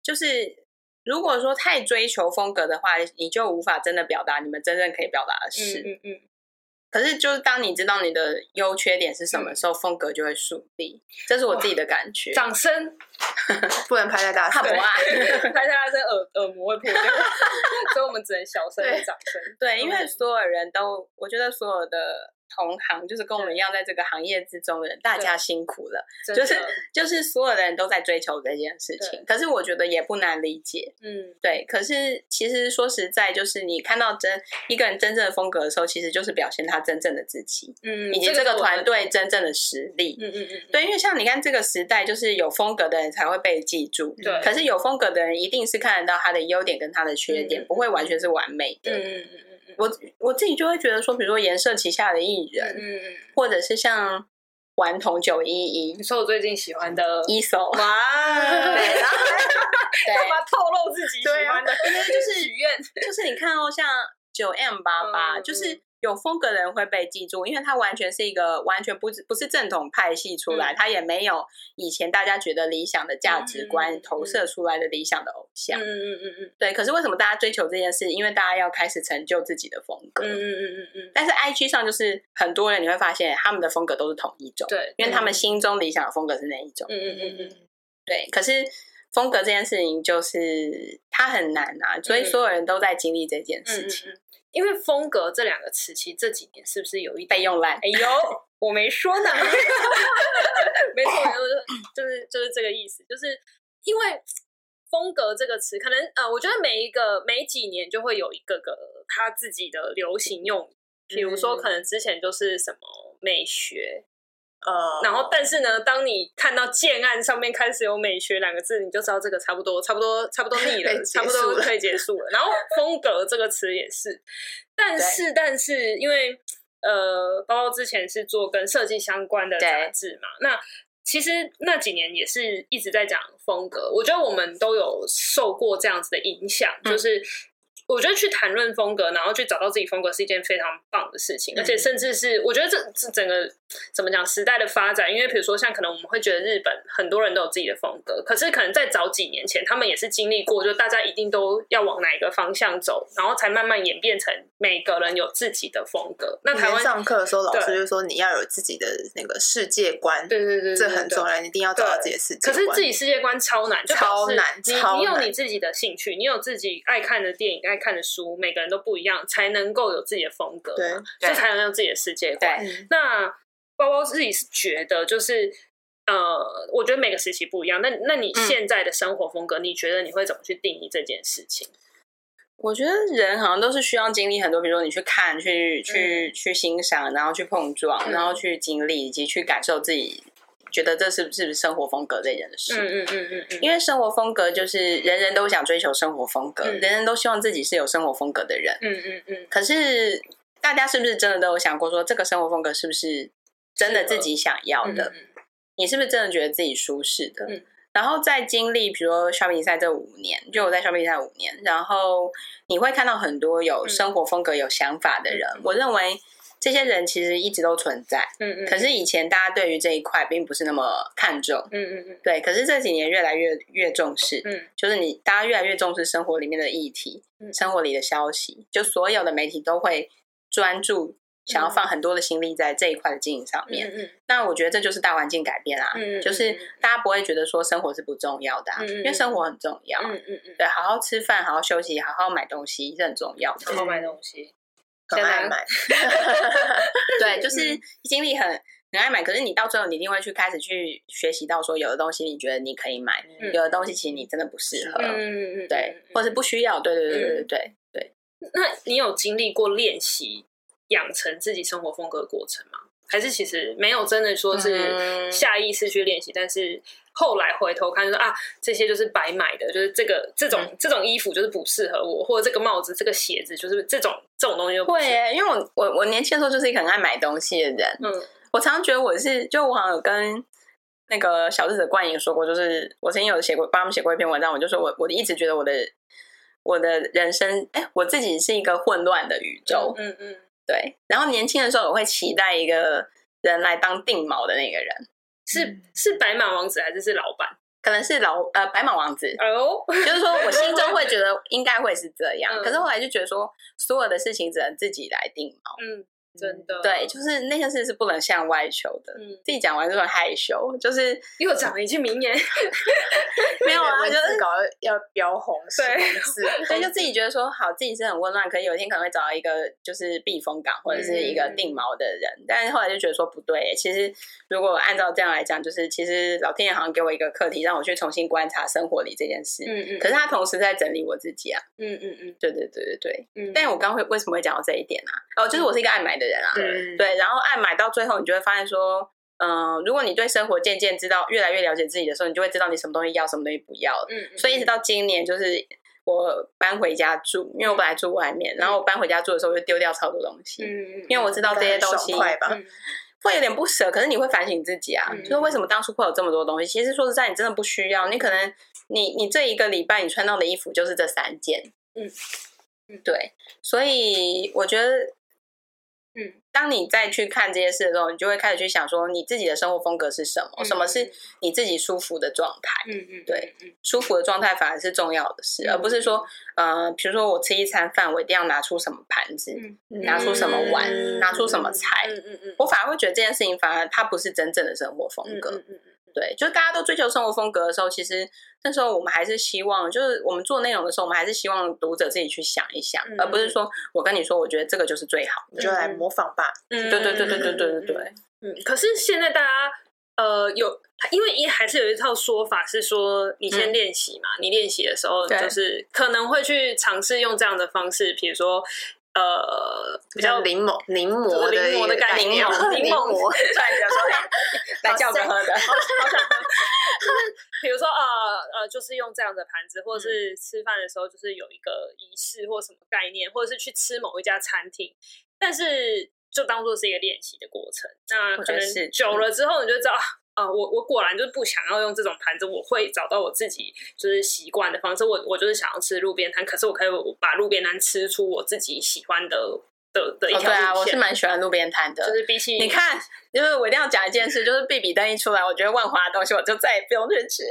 C: 就是。如果说太追求风格的话，你就无法真的表达你们真正可以表达的
B: 嗯
C: 事。
B: 嗯嗯，
C: 可是，就是当你知道你的优缺点是什
B: 嗯
C: 么时候，风格就会树立。这是我自己的感觉。
B: 掌声，
A: 不能拍在大
C: 他
A: 手
C: 不。爱，
B: 拍下来声耳耳膜会破掉， <laughs> 所以我们只能小声的掌声。
C: 对，因为
B: 嗯
C: 所有人都，我觉得所有的同行，就是跟我们一样在这个行业之中的人，大家辛苦了。
B: 真
C: 就是
B: 的
C: 就是所有的人都在追求这件事情，可是我觉得也不难理解。
B: 嗯，
C: 对，可是其实说实在，就是你看到真一个人真正的风格的时候，其实就是表现他真正的自己，
B: 嗯，
C: 以及这
B: 这
C: 个
B: 我
C: 团
B: 们，
C: 队真正的实力。
B: 嗯嗯嗯，
C: 对，因为像你看这个时代，就是有风格的人才会被记住。
B: 对
C: 可是有风格的人一定是看得到他的优点跟他的缺点，
B: 嗯
C: 不会完全是完美的。
B: 嗯嗯嗯嗯嗯
C: 我我自己就会觉得说，比如说颜色旗下的艺人，
B: 嗯嗯，
C: 或者是像顽童九一一，E
B: 你说我最近喜欢的，
C: 一手， <laughs>
B: 哇，
C: 对，然后 <laughs>
B: 干
C: 对，
B: 嘛透露自 <laughs> 己喜
A: 对啊
B: 欢的？就是许愿，
C: 就是你看哦，像九 M 八八，
B: 嗯
C: 就是。有风格的人会被记住，因为他完全是一个完全不是不是正统派系出来，
B: 嗯
C: 他也没有以前大家觉得理想的价值观、
B: 嗯嗯嗯
C: 投射出来的理想的偶像。
B: 嗯嗯嗯
C: 对，可是为什么大家追求这件事？因为大家要开始成就自己的风格。
B: 嗯嗯嗯嗯嗯，
C: 但是 IG 上就是很多人你会发现他们的风格都是同一种，
B: 对，
C: 因为他们心中理想的风格是那一种。
B: 嗯嗯嗯嗯，
A: 嗯
C: 对，可是风格这件事情就是它很难啊，所以
B: 嗯
C: 所有人都在经历这件事
B: 嗯
C: 情，
B: 嗯嗯因为风格这两个词，其实这几年是不是有一点
C: 被用烂。
B: 哎呦，我没说呢，没错，没错，就就是就是这个意思，就是因为风格这个词，可能呃，我觉得每一个每几年就会有一个个他自己的流行用语，比如说
C: 嗯
B: 可能之前就是什么美学，
A: 呃，
B: 然后但是呢，当你看到建案上面开始有美学两个字，你就知道这个差不多，差不多，差不多腻
A: 可以 <laughs>
B: 了，
A: 结
B: 差
A: 束了
B: 不多可以结束了。然后风格这个词也是，但是但是因为呃，包包之前是做跟设计相关的杂
C: 对
B: 志嘛，那。其实那几年也是一直在讲风格，我觉得我们都有受过这样子的影响，
C: 嗯
B: 就是我觉得去谈论风格，然后去找到自己风格是一件非常棒的事情，
C: 嗯
B: 而且甚至是我觉得这这整个怎么讲时代的发展，因为比如说像可能我们会觉得日本很多人都有自己的风格，可是可能在早几年前，他们也是经历过，就大家一定都要往哪一个方向走，然后才慢慢演变成每个人有自己的风格。那
A: 以
B: 台
A: 前
B: 湾
A: 上课的时候，老
B: 对
A: 师就说你要有自己的那个世界观，
B: 对对对对
A: 这很重要，你一定要找到
B: 对
A: 自己的世界
B: 可是
A: 观。
B: 自己世界观超难，就
A: 超
B: 表示
A: 难
B: 你
A: 超
B: 你有
A: 难
B: 你自己的兴趣，你有自己爱看的电影、爱看的书，每个人都不一样，才能够有自己的风格
A: 对
B: 嘛，
C: 对
B: 这才能有自己的世界观。
C: 对，
A: 嗯，
B: 那包包自己是觉得就是。呃，我觉得每个时期不一样。那那你
C: 嗯
B: 现在的生活风格，你觉得你会怎么去定义这件事情？
C: 我觉得人好像都是需要经历很多，比如说你去看、去去去欣赏，然后去碰撞，
B: 嗯
C: 然后去经历，以及去感受自己觉得这是不是生活风格这件事。
B: 嗯嗯嗯
C: 因为生活风格就是人人都想追求生活风格，
B: 嗯
C: 人人都希望自己是有生活风格的人。
B: 嗯嗯嗯
C: 可是大家是不是真的都有想过说，这个生活风格是不是真的自己想要
B: 嗯，
C: 的？你是不是真的觉得自己舒适的？
B: 嗯
C: 然后在经历，比如说 shopping 比赛这五年，就我在 shopping 比赛五年，然后你会看到很多有生活风格、有想法的人。
B: 嗯
C: 我认为这些人其实一直都存在，
B: 嗯嗯。
C: 可是以前大家对于这一块并不是那么看重。
B: 嗯嗯嗯
C: 对，可是这几年越来越越重视，
B: 嗯
C: 就是你大家越来越重视生活里面的议题，
B: 嗯
C: 生活里的消息，就所有的媒体都会专注，想要放很多的心力在这一块的经营上面。
B: 嗯嗯
C: 那我觉得这就是大环境改变啦，
B: 嗯
C: 就是大家不会觉得说生活是不重要的、啊，
B: 嗯嗯
C: 因为生活很重要。
B: 嗯嗯嗯，
C: 对，好好吃饭，好好休息，好好买东西是很重要的。
B: 然后买东西，
A: 很
B: 现
A: 爱
B: 在
A: 买，
C: 对，就是
B: 嗯
C: 经历很很爱买，可是你到最后你一定会去开始去学习到说，有的东西你觉得你可以买，
B: 嗯
C: 有的东西其实你真的不适合，
B: 嗯嗯嗯，嗯
C: 对，或是不需要，对对对对对对。对
B: 那你有经历过练习养成自己生活风格的过程吗？还是其实没有真的说是
C: 嗯
B: 下意识去练习，但是后来回头看就是啊，这些就是白买的，就是这个这种、这种衣服就是不适合我，或者这个帽子、这个鞋子就是这种这种东西就不
C: 会
B: 适合
C: 耶，因为我我我年轻的时候就是一个很爱买东西的人，
B: 嗯
C: 我常常觉得我是，就我好像有跟那个小日子的冠莹说过，就是我曾经有写过帮他们写过一篇文章，我就说我我一直觉得我的我的人生，哎、我自己是一个混乱的宇宙，
B: 嗯嗯，
C: 对。然后年轻的时候，我会期待一个人来当定锚的那个人，
B: 是是白马王子还是是老板？
C: 可能是老呃白马
B: <laughs>
C: 王子，
B: 哎呦，
C: 就是说我心中会觉得应该会是这样，
B: 嗯
C: 可是后来就觉得说所有的事情只能自己来定锚。
B: 嗯真的，
C: 对，就是那件事是不能向外求的。
B: 嗯，
C: 自己讲完就很害羞，就是
B: 又讲了一句名言，
C: 没有啊，
A: <laughs> 文
C: 就
A: 字
C: 是
A: 稿要要标红，是
B: 对
A: 文字，
C: 对，就自己觉得说好，自己是很温暖，可能有一天可能会找到一个就是避风港或者是一个定锚的人，但是后来就觉得说不对、其实如果按照这样来讲，就是其实老天爷好像给我一个课题，让我去重新观察生活里这件事。
B: 嗯
C: 可是他同时在整理我自己啊，
B: 嗯嗯嗯
C: 对对对对对。
B: 嗯，
C: 但我刚会为什么会讲到这一点啊？哦，就是我是一个爱买的人啊，
A: 嗯，
C: 对，然后爱买到最后，你就会发现说，嗯、如果你对生活渐渐知道越来越了解自己的时候，你就会知道你什么东西要，什么东西不要了。
B: 嗯，
C: 所以一直到今年，就是我搬回家住，因为我本来住外面，然后我搬回家住的时候，我就丢掉超多东西，
B: 嗯，
C: 因为我知道这些东西
A: 应该很爽快吧
B: 嗯
C: 会有点不舍，可是你会反省自己啊，
B: 嗯
C: 就是为什么当初会有这么多东西？其实说实在，你真的不需要，你可能你你这一个礼拜你穿到的衣服就是这三件，
B: 嗯嗯
C: 对，所以我觉得。
B: 嗯，
C: 当你再去看这些事的时候，你就会开始去想说，你自己的生活风格是什么？
B: 嗯
C: 什么是你自己舒服的状态？
B: 嗯嗯，
C: 对
B: 嗯，
C: 舒服的状态反而是重要的事，而不是说，呃，比如说我吃一餐饭，我一定要拿出什么盘子，
B: 嗯
C: 拿出什么碗，
A: 嗯
C: 拿出什么菜，
B: 嗯嗯嗯，
C: 我反而会觉得这件事情，反而它不是真正的生活风格。
B: 嗯嗯
C: 对，就是大家都追求生活风格的时候，其实那时候我们还是希望，就是我们做内容的时候，我们还是希望读者自己去想一想，
B: 嗯
C: 而不是说我跟你说，我觉得这个就是最好
A: 你就来模仿吧，
B: 嗯，
C: 对对对对对对对对，
B: 嗯，可是现在大家呃有，因为一还是有一套说法是说，你先
C: 嗯
B: 练习嘛，你练习的时候
C: 对
B: 就是可能会去尝试用这样的方式，比如说呃比
A: 比
B: 较
A: 较临摹临摹
B: 临
A: 的
B: 摹的概
A: 感
B: 念，
A: 临
B: 临
A: 摹
B: 摹。
C: 突然觉得说，哎来叫个喝的，
B: 比如说呃呃，就是用这样的盘子，或
C: 嗯
B: 者是吃饭的时候，就是有一个仪式或什么概念，或者是去吃某一家餐厅，但是就当做是一个练习的过程。那
C: 我
B: 可
C: 觉得
B: 能
C: 是嗯
B: 久了之后，你就知道。啊啊、我我果然就是不想要用这种盘子，我会找到我自己就是习惯的方式。我我就是想要吃路边摊，可是我可以把路边摊吃出我自己喜欢的的的一
C: 哦
B: 条
C: 对
B: 路线。
C: 啊，我是蛮喜欢路边摊的，
B: 就是比起
C: 你看，就是我一定要讲一件事，就是必比登一出来，我觉得万华的东西我就再也不用去吃，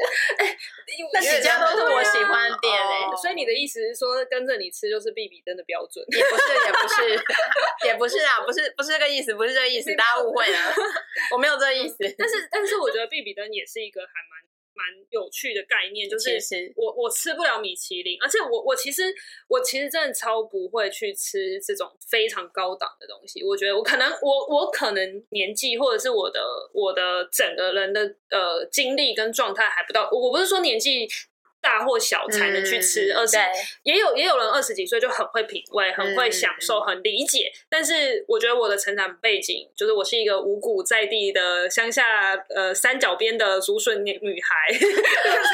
C: 那几家都是我喜欢的店哎、
A: 哦
B: 啊所以你的意思是说，跟着你吃就是比比登的标
C: <laughs>
B: 准？
C: 也不是，也不是， <laughs> 也不是啊，不是，不是这个意思，不是这个意思，
B: 你没有
C: 大家误会了，我没有这个 <laughs> 意思。
B: 但是，但是我觉得比比登也是一个还蛮蛮有趣的概念，就是
C: 其实
B: 我我吃不了米其林，而且我我其实我其实真的超不会去吃这种非常高档的东西。我觉得我可能我我可能年纪或者是我的我的整个人的呃经历跟状态还不到，我我不是说年纪。大或小才能去吃，
A: 嗯
B: 而是
C: 对，
B: 也有也有人二十几岁就很会品
C: 嗯
B: 味，很会享受，很理解。但是我觉得我的成长背景，就是我是一个五谷在地的乡下呃山脚边的竹笋女女孩，
C: <laughs>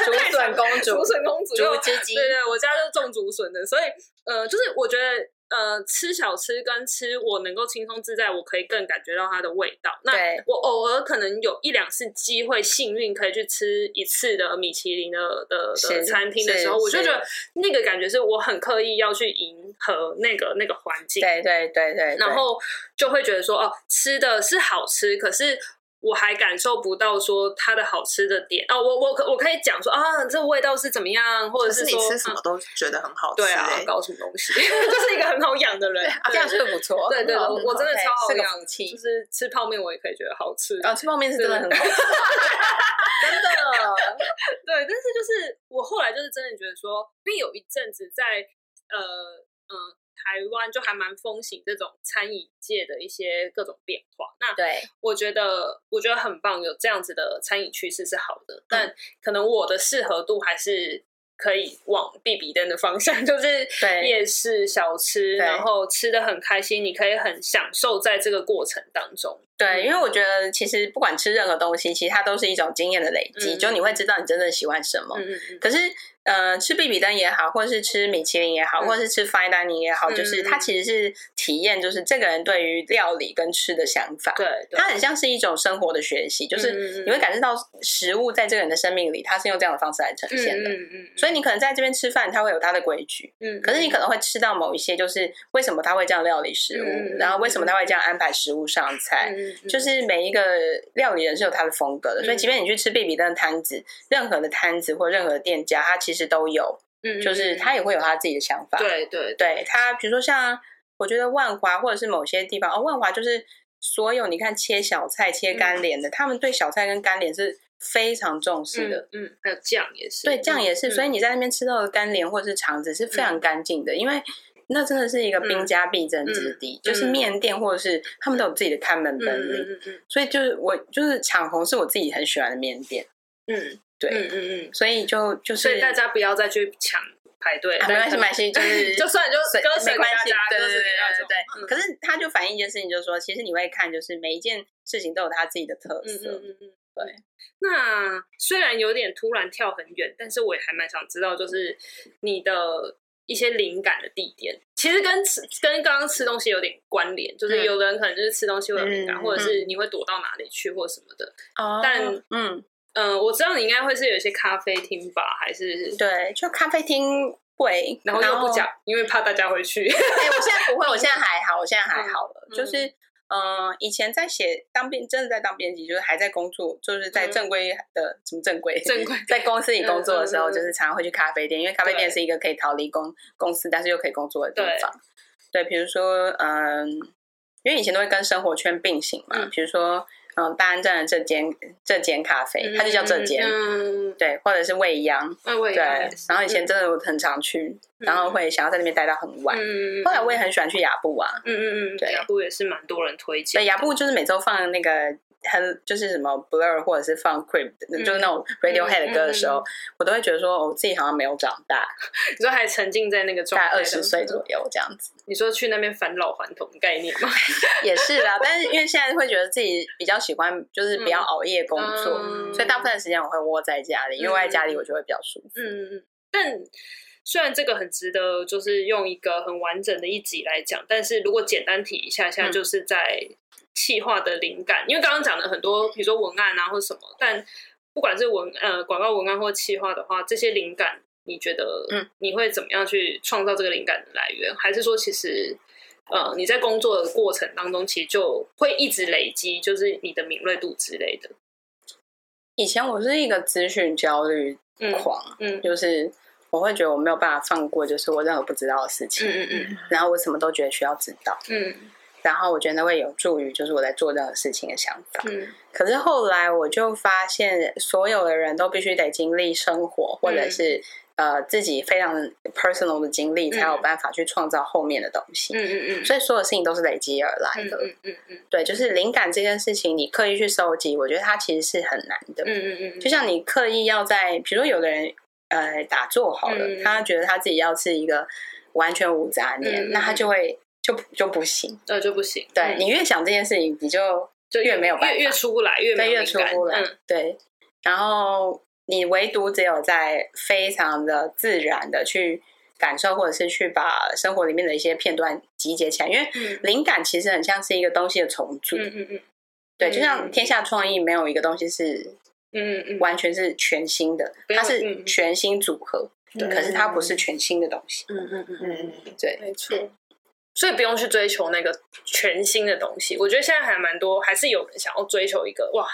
C: 竹笋公主
B: 竹，笋公主，
C: 竹之鸡，
B: 对对，我家就是种竹笋的，所以呃，就是我觉得呃，吃小吃跟吃我能够轻松自在，我可以更感觉到它的味道。那
C: 对
B: 我偶尔可能有一两次机会幸运可以去吃一次的米其林的的的
C: 是
B: 餐厅的时候，
C: 是
B: 我就觉得那个感觉是我很刻意要去迎合那个那个环境，
C: 对对对对，
B: 然后就会觉得说哦，吃的是好吃，可是。我还感受不到说它的好吃的点哦，我我可我可以讲说啊，这味道是怎么样，或者
A: 可是你
B: 说
A: 吃
B: 嗯
A: 什么都觉得很好吃
B: 对啊
A: 欸，，
B: 搞什么东西， <laughs> 就是一个很好养的人。
C: 啊这样是不是不错？
B: 对对对，
C: 很好
B: 我真的
C: 很好
B: 超好
C: 是个
B: 养
C: 福，气
B: 就。是吃泡面我也可以觉得好吃。
C: 然后吃泡面是真的很好，真的，
A: 嗯
B: 对，但是就是我后来就是真的觉得说，因为有一阵子在呃嗯、呃台湾就还蛮风行这种餐饮界的一些各种变化。那
C: 对，
B: 我觉得我觉得很棒，有这样子的餐饮趋势是好的，但
C: 嗯
B: 可能我的适合度还是。可以往必比登的方向， <laughs> 就是
C: 对
B: 夜市小吃，
C: 对
B: 然后吃的很开心，你可以很享受在这个过程当中。
C: <laughs> 对，嗯因为我觉得其实不管吃任何东西，其实它都是一种经验的累积，
B: 嗯
C: 就你会知道你真正喜欢什么。
B: 嗯嗯嗯，
C: 可是，呃，吃比比登也好，或是吃米其林也好，
B: 嗯
C: 或是吃 fine dining 也好，
B: 嗯
C: 就是它其实是体验，就是这个人对于料理跟吃的想法。
B: 对，对
C: 它很像是一种生活的学习，就是
B: 嗯嗯嗯
C: 你会感受到食物在这个人的生命里，它是用这样的方式来呈现的。
B: 嗯嗯嗯，
C: 所以你可能在这边吃饭，它会有它的规矩，
B: 嗯，
C: 可是你可能会吃到某一些，就是为什么他会这样料理食
B: 嗯嗯
C: 物，
B: 嗯
C: 然后为什么他会这样安排食物上菜，就是是每一个料理人是有他的风格的，所以
B: 嗯
C: 即便你去吃必比登的摊子，任何的摊子或任何的店家，他其实都有，就是他也会有他自己的想法。
B: 嗯对对
C: 对，他比如说像我觉得万华或者是某些地方，哦，万华就是所有你看切小菜、切
B: 嗯
C: 干莲的，他们对小菜跟干莲是非常重视的。
B: 嗯嗯，还有酱也是，
C: 对，酱也是，
B: 嗯
C: 所以你在那边吃到的干莲或者是肠子是非常干净的，因为那真的是一个
B: 嗯
C: 兵家必争之地，就是面店或者是他们都有自己的看门
B: 嗯
C: 本领，
B: 嗯嗯嗯
C: 所以就是我就是抢红是我自己很喜欢的面店，
B: 嗯，
C: 对，
B: 嗯嗯嗯，
C: 所以就就是
B: 所以大家不要再去抢排队，
C: 啊没关系，没关系，就是
B: <laughs> 就算就
C: 所以
B: 割舍
C: 没
B: 给
C: 关
B: 大
C: 系，
B: 家，
C: 对对
B: 割
C: 对
B: 舍给大家
C: 对对
B: 嗯
C: 对。可是他就反映一件事情，就是说，其实你会看，就是每一件事情都有它自己的特
B: 嗯
C: 色。
B: 嗯嗯嗯，对。那虽然有点突然跳很远，但是我也还蛮想知道，就是你的一些灵感的地点，其实跟吃跟刚刚吃东西有点关联，就是
C: 嗯
B: 有的人可能就是吃东西会有灵感，
C: 嗯
B: 或者是你会躲到哪里去或什么的。
C: 哦
B: 但
C: 嗯，
B: 嗯、我知道你应该会是有一些咖啡厅吧，还是
C: 对，就咖啡厅会，
B: 然后又不讲，因为怕大家会
C: <laughs>
B: 去。
C: 哎、我现在不会，我现在还好，我现在还好了。
B: 嗯
C: 就是，嗯、以前在写当编，真的在当编辑，就是还在工作，就是在
B: 嗯
C: 正规的、什么正规，
B: 正规
C: 在公司里工作的时
B: 嗯
C: 候，
B: 嗯嗯
C: 就是常常会去咖啡店，因为咖啡店
B: 对
C: 是一个可以逃离公公司，但是又可以工作的地
B: 对
C: 方。对，比如说，嗯，因为以前都会跟生活圈并行嘛，
B: 嗯
C: 比如说，嗯，大安站的这间这间咖啡，它就叫这间，
B: 嗯，嗯
C: 对，或者是未央，
B: 嗯，我也嗯
C: 对，然后以前真的我很常去，然后会想要在那边待到很晚。
B: 嗯，嗯
C: 后来我也，很喜欢去雅布啊，
B: 嗯嗯嗯，
C: 对
B: 雅布也是蛮多人推荐
C: 对，
B: 的，
C: 呃雅布就是每周放那个很就是什么 Blur 或者是放 Creep，、
B: 嗯
C: 就是那种 Radiohead 的歌的时候，
B: 嗯
C: 我都会觉得说哦我自己好像没有长大，
B: 你说还沉浸在那个状
C: 大
B: 态嗯
C: 概
B: 当
C: 二
B: 中，
C: 十岁左右这样子，
B: 你说去那边返老还童的概念吗？
C: 也是啦。但是因为现在会觉得自己比较喜欢就是不要熬夜工作，
B: 嗯
C: 所以大部分的时间我会窝在家里，因为窝在家里我就会比较舒服。
B: 嗯，但虽然这个很值得，就是用一个很完整的一集来讲，但是如果简单提一下下，
C: 嗯
B: 就是在企划的灵感，因为刚刚讲的很多，比如说文案啊或什么，但不管是文呃广告文案或企划的话，这些灵感，你觉得
C: 嗯
B: 你会怎么样去创造这个灵感的来源？还是说其实？呃，你在工作的过程当中，其实就会一直累积，就是你的敏锐度之类的。
C: 以前我是一个资讯焦虑
B: 嗯
C: 狂，
B: 嗯
C: 就是我会觉得我没有办法放过，就是我任何不知道的事情，
B: 嗯嗯
C: 然后我什么都觉得需要知道。
B: 嗯
C: 然后我觉得会有助于就是我在做任何事情的想法。
B: 嗯
C: 可是后来我就发现，所有的人都必须得经历生活，或
B: 嗯
C: 者是、呃自己非常 personal 的经历，才有办法去创造后面的东
B: 嗯
C: 西。
B: 嗯嗯，
C: 所以所有事情都是累积而来
B: 嗯
C: 的。
B: 嗯嗯嗯
C: 对，就是灵感这件事情，你刻意去收集，我觉得它其实是很难的。
B: 嗯嗯嗯，
C: 就像你刻意要在，比如说有的人呃打坐好了，
B: 嗯
C: 他觉得他自己要是一个完全无杂念，
B: 嗯嗯
C: 那他就会就就不行。
B: 呃就不行，
C: 对、
B: 嗯
C: 你越想这件事情，你就
B: 就
C: 越没有办法
B: 越越出不来，越没
C: 对
B: 有
C: 越
B: 灵
C: 出
B: 感
C: 不来。
B: 嗯
C: 对，然后你唯独只有在非常的自然的去感受，或者是去把生活里面的一些片段集结起来，因为
B: 嗯
C: 灵感其实很像是一个东西的重组。
B: 嗯嗯嗯
C: 对，
B: 嗯
C: 就像天下创意，没有一个东西是
B: 嗯嗯，
C: 完全是全新的，
B: 不要
C: 它是
B: 嗯
C: 全新组合，
A: 对
C: 可是它不是全新的东西。
B: 嗯嗯嗯，
A: 嗯，
C: 对，
A: 没错，
B: 所以不用去追求那个全新的东西。我觉得现在还蛮多，还是有人想要追求一个哇。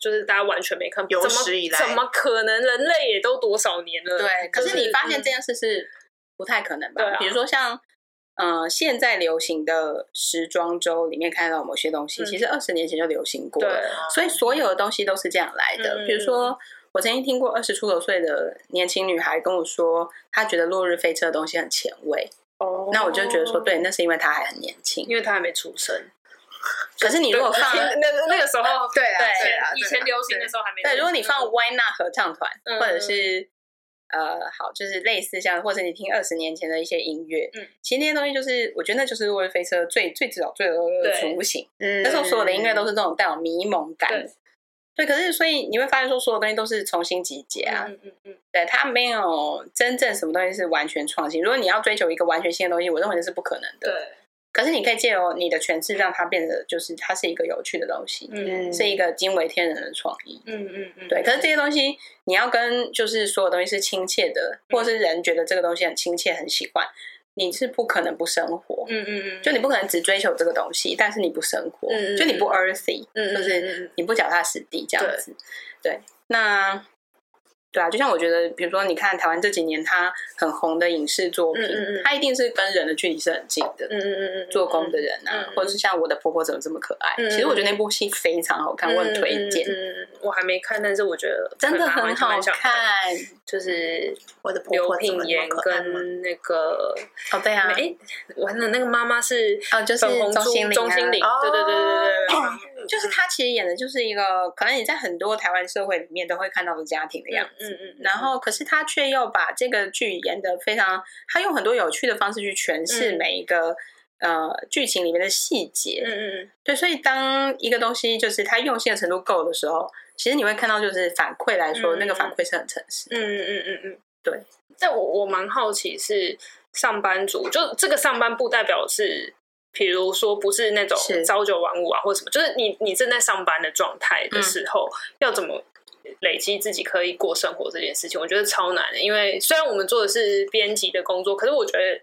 B: 就是大家完全没看，
A: 有
B: 怎么
A: 史以来
B: 怎么可能？人类也都多少年了？
C: 对，可
B: 就是嗯
C: 你发现这件事是不太可能吧？
B: 对啊
C: 比如说像呃，现在流行的时装周里面看到某些东西，
B: 嗯
C: 其实二十年前就流行过
B: 对啊
C: 了，所以所有的东西都是这样来的。
B: 嗯
C: 比如说，我曾经听过二十出头岁的年轻女孩跟我说，她觉得落日飞车的东西很前卫，
B: 哦
C: 那我就觉得说，，对，那是因为她还很年轻。
B: 因为他还没出生。
C: 可是你如果放
B: 对 <laughs> 那那那个时候，
A: <laughs> 对啊
B: 以
A: 对
B: 前
A: 啊对啊
B: 以前流行的时候还没出生。
C: 对，如果你放 Why Not 合唱团，
B: 嗯
C: 或者是呃，好，就是类似像，或者你听二十年前的一些音乐，
B: 嗯，
C: 其实那些东西就是，我觉得那就是洛飞车最最早最早的
B: 对
C: 雏形。
A: 嗯
C: 那时候所有的音乐都是这种带有迷蒙感的。对，可是所以你会发现说，所有东西都是重新集结啊，
B: 嗯嗯嗯
C: 对，它没有真正什么东西是完全创新。如果你要追求一个完全新的东西，我认为这是不可能的。
B: 对，
C: 可是你可以借由你的诠释，让它变得就是它是一个有趣的东西，
B: 嗯
C: 是一个惊为天人的创意。
B: 嗯嗯嗯，
C: 对，可是这些东西你要跟就是所有东西是亲切的，
B: 嗯
C: 或是人觉得这个东西很亲切、很喜欢，你是不可能不生活。
B: 嗯嗯嗯，
C: 就你不可能只追求这个东西，但是你不生活，
B: 嗯嗯
C: 就你不 earthy，、
B: 嗯嗯嗯
C: 就
B: 嗯
C: 是你不脚踏实地这样子。对，那对啊，就像我觉得，比如说你看台湾这几年它很红的影视作品，
A: 嗯嗯嗯
C: 它一定是跟人的距离是很近的。
A: 嗯嗯嗯，
C: 做工的人啊，
A: 嗯嗯
C: 或者是像我的婆婆怎么这么可爱？
A: 嗯嗯
C: 其实我觉得那部戏非常好看，我很推荐，
B: 嗯，嗯嗯我还没看，但是我觉得
C: 真的
B: 可能
C: 很
B: 还
C: 好
B: 蛮想看。
C: 看。
B: 就是
A: 我的婆
B: 刘
A: 婆怎
B: 品
A: 么那
B: 言
A: 么可爱吗
B: 跟那个
C: 哦，对啊，
B: 哎，完了，那个妈妈是
C: 哦就是
B: 粉红
C: 钟
B: 猪
C: 心凌啊
B: 钟心凌，对对对对对对，
A: 对，
C: 就是她其实演的就是一个，可能你在很多台湾社会里面都会看到的家庭的样子。
B: 嗯嗯，
C: 然后，可是她却又把这个剧演得非常，她用很多有趣的方式去诠释
B: 嗯
C: 每一个、呃剧情里面的细节。
B: 嗯嗯
C: 对，所以当一个东西就是它用心的程度够的时候，其实你会看到就是反馈来说，
B: 嗯
C: 那个反馈是很诚实。
B: 嗯嗯嗯嗯，
C: 对。
B: 但我我蛮好奇是上班族，就这个上班不代表是。比如说，不是那种
C: 是
B: 朝九晚五啊，或者什么，就是你你正在上班的状态的时候，要怎么累积自己可以过生活这件事情，我觉得超难的。因为虽然我们做的是编辑的工作，可是我觉得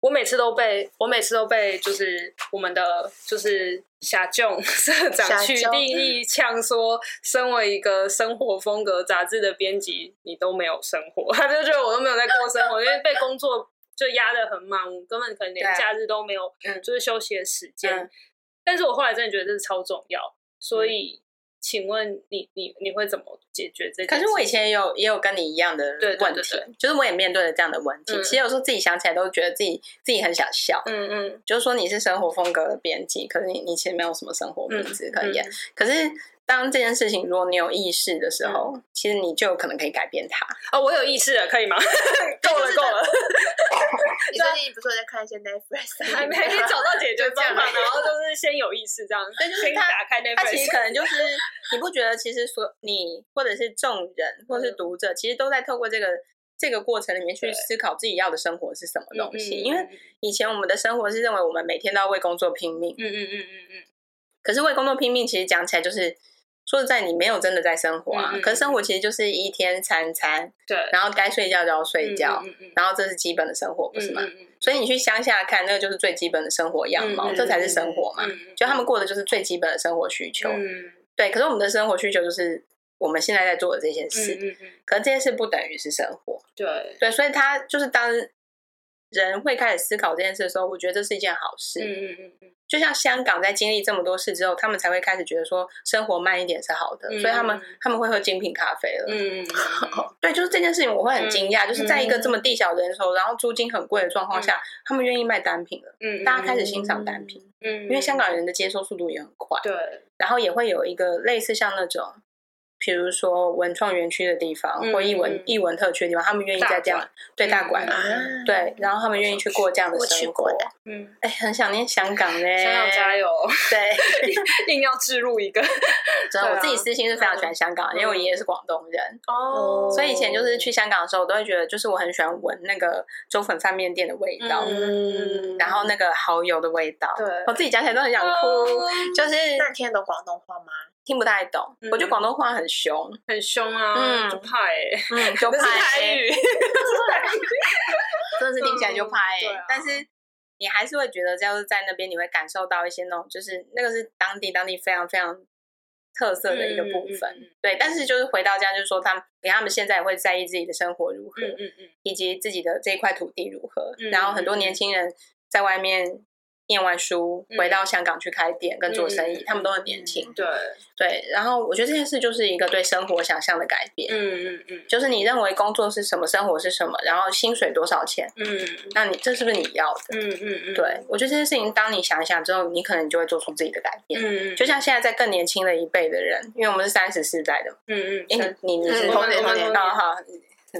B: 我每次都被我每次都被就是我们的就是小 <laughs> 囧社
A: 小
B: 长去
A: 囧
B: 定
C: <laughs>
B: 义呛说，身为一个生活风格杂志的编辑，你都没有生活， <laughs> 他就觉得我都没有在过生活，因为被工作就压得很满，我根本可能连
C: 对啊
B: 假日都没有
C: 嗯，
B: 就是休息的时间。
C: 嗯
B: 但是我后来真的觉得这是超重要，所以请问你你你会怎么解决这件事？
C: 可是我以前也有也有跟你一样的问题，
B: 对对对
C: 就是我也面对了这样的问题。
B: 嗯
C: 其实有时候自己想起来都觉得自己自己很想笑，
B: 嗯嗯
C: 就是说你是生活风格的编辑，可是你你其实没有什么生活品质可言。
B: 嗯
C: 可是当这件事情如果你有意识的时候，
B: 嗯
C: 其实你就有可能可以改变它。
B: 哦，我有意识了，可
C: <laughs>
B: 以吗？ <laughs> 够了够了，
A: 你最近不是有在看
B: <laughs>
A: 一些 Netflix，
B: 啊
A: <laughs>
C: <laughs>
B: 还没还没找到解决方法，
A: 就这样
B: 然后就是先有意识这样，
C: 对就是
B: 先
C: 他
B: 打开那
C: 它
B: 本
C: 其实可能就是你不觉得，其实所你或者是众人或是读者，其实都在透过这个这个过程里面去
B: 嗯对
C: 思考自己要的生活是什么东西。因为
B: 嗯
C: 以前我们的生活是认为我们每天都要为工作拼命，
B: 嗯嗯嗯嗯嗯，
C: 可是为工作拼命，其实讲起来就是说实在，你没有真的在生活啊。
B: 嗯嗯嗯
C: 可是生活其实就是一天三餐，
B: 对，
C: 然后该睡觉就要睡觉，
B: 嗯嗯
C: 然后这是基本的生活，不是吗？
B: 嗯
C: <laughs>
B: 嗯
C: 所以你去乡下看，那个就是最基本的生活样貌，
B: 嗯嗯
C: 这才是生活嘛。
B: 嗯嗯嗯
C: 啊就他们过的就是最基本的生活需求，
B: 嗯
C: 对，可是我们的生活需求就是我们现在在做的这些事，
B: 嗯嗯嗯，
C: 可是这些事不等于是生活，
B: 对，
C: 对，所以他就是当人会开始思考这件事的时候，我觉得这是一件好事。
B: 嗯嗯
C: <laughs>
B: 嗯嗯，
C: 就像香港在经历这么多事之后，他们才会开始觉得说生活慢一点是好的，
B: 嗯
C: 所以他们
B: 嗯
C: 他们会喝精品咖啡了。
B: 嗯嗯嗯
C: 对，就是这件事情我会很惊讶，就是在一个
B: 嗯
C: 这么地小人手，然后租金很贵的状况下，他们愿意卖单品了，
B: 嗯，
C: 大家开始欣赏单品，
B: 嗯，因
C: 因为香港人的接受速度也很快。
B: 对，
C: 然后也会有一个类似像那种，比如说文创园区的地方，
B: 嗯
C: 或艺文
B: 嗯
C: 艺文特区的地方，他们愿意在这样对大馆，
A: 啊，
C: 对，然后他们愿意去过这样的
A: 我去
C: 生
A: 过
C: 活。
A: 的，
B: 嗯，
C: 哎，很想念香港
B: <laughs>
C: 呢，
B: 香港加！油， <laughs>
C: 对，
B: 硬要置入一个
C: 真的，
B: 对啊
C: 我自己私心是非常喜欢香港，
B: 嗯
C: 因为我爷爷是广东人，
A: 哦
C: 所以以前就是去香港的时候，我都会觉得就是我很喜欢闻那个粥粉饭面店的味道，
B: 嗯
A: 嗯，
C: 然后那个蚝油的味道，
B: 对
C: 我自己讲起来
B: 嗯
C: 都很想哭，
B: 哦
C: 就是
A: 那你听得懂广东
B: <laughs>
A: 话吗？
C: 听不太懂，
B: 嗯
C: 我觉得广东话很凶，
B: 很凶啊，
C: 嗯
B: 就怕哎，
C: <laughs> 嗯，就
B: 那是
C: 怕
B: 台语，
C: 真的是听起来就怕哎、
B: 嗯对啊
C: 但是你还是会觉得，就是在那边你会感受到一些那种，就是那个是当地当地非常非常特色的一个部分。
B: 嗯嗯嗯嗯
C: 对，但是就是回到家，就是说他们，你看他们现在也会在意自己的生活如何，
B: 嗯嗯嗯，
C: 以及自己的这一块土地如何。
B: 嗯
C: 然后很多年轻人在外面念完书，
B: 嗯
C: 回到香港去开店跟做生意，
B: 嗯嗯
C: 他们都很年轻。
B: 对，
C: 对，然后我觉得这件事就是一个对生活想象的改变。
B: 嗯嗯嗯
C: 就是你认为工作是什么，生活是什么，然后薪水多少钱，
B: 嗯
C: 那你这是不是你要的？
B: 嗯嗯嗯，
C: 对，我觉得这件事情，当你想一想之后，你可能就会做出自己的改变。
B: 嗯，嗯，
C: 就像现在在更年轻的一辈的人，因为我们是三十四代的嘛，
B: 嗯
C: 哎、
B: 嗯，
C: 你你你是
A: 嗯
B: 我们我们
C: 哦好，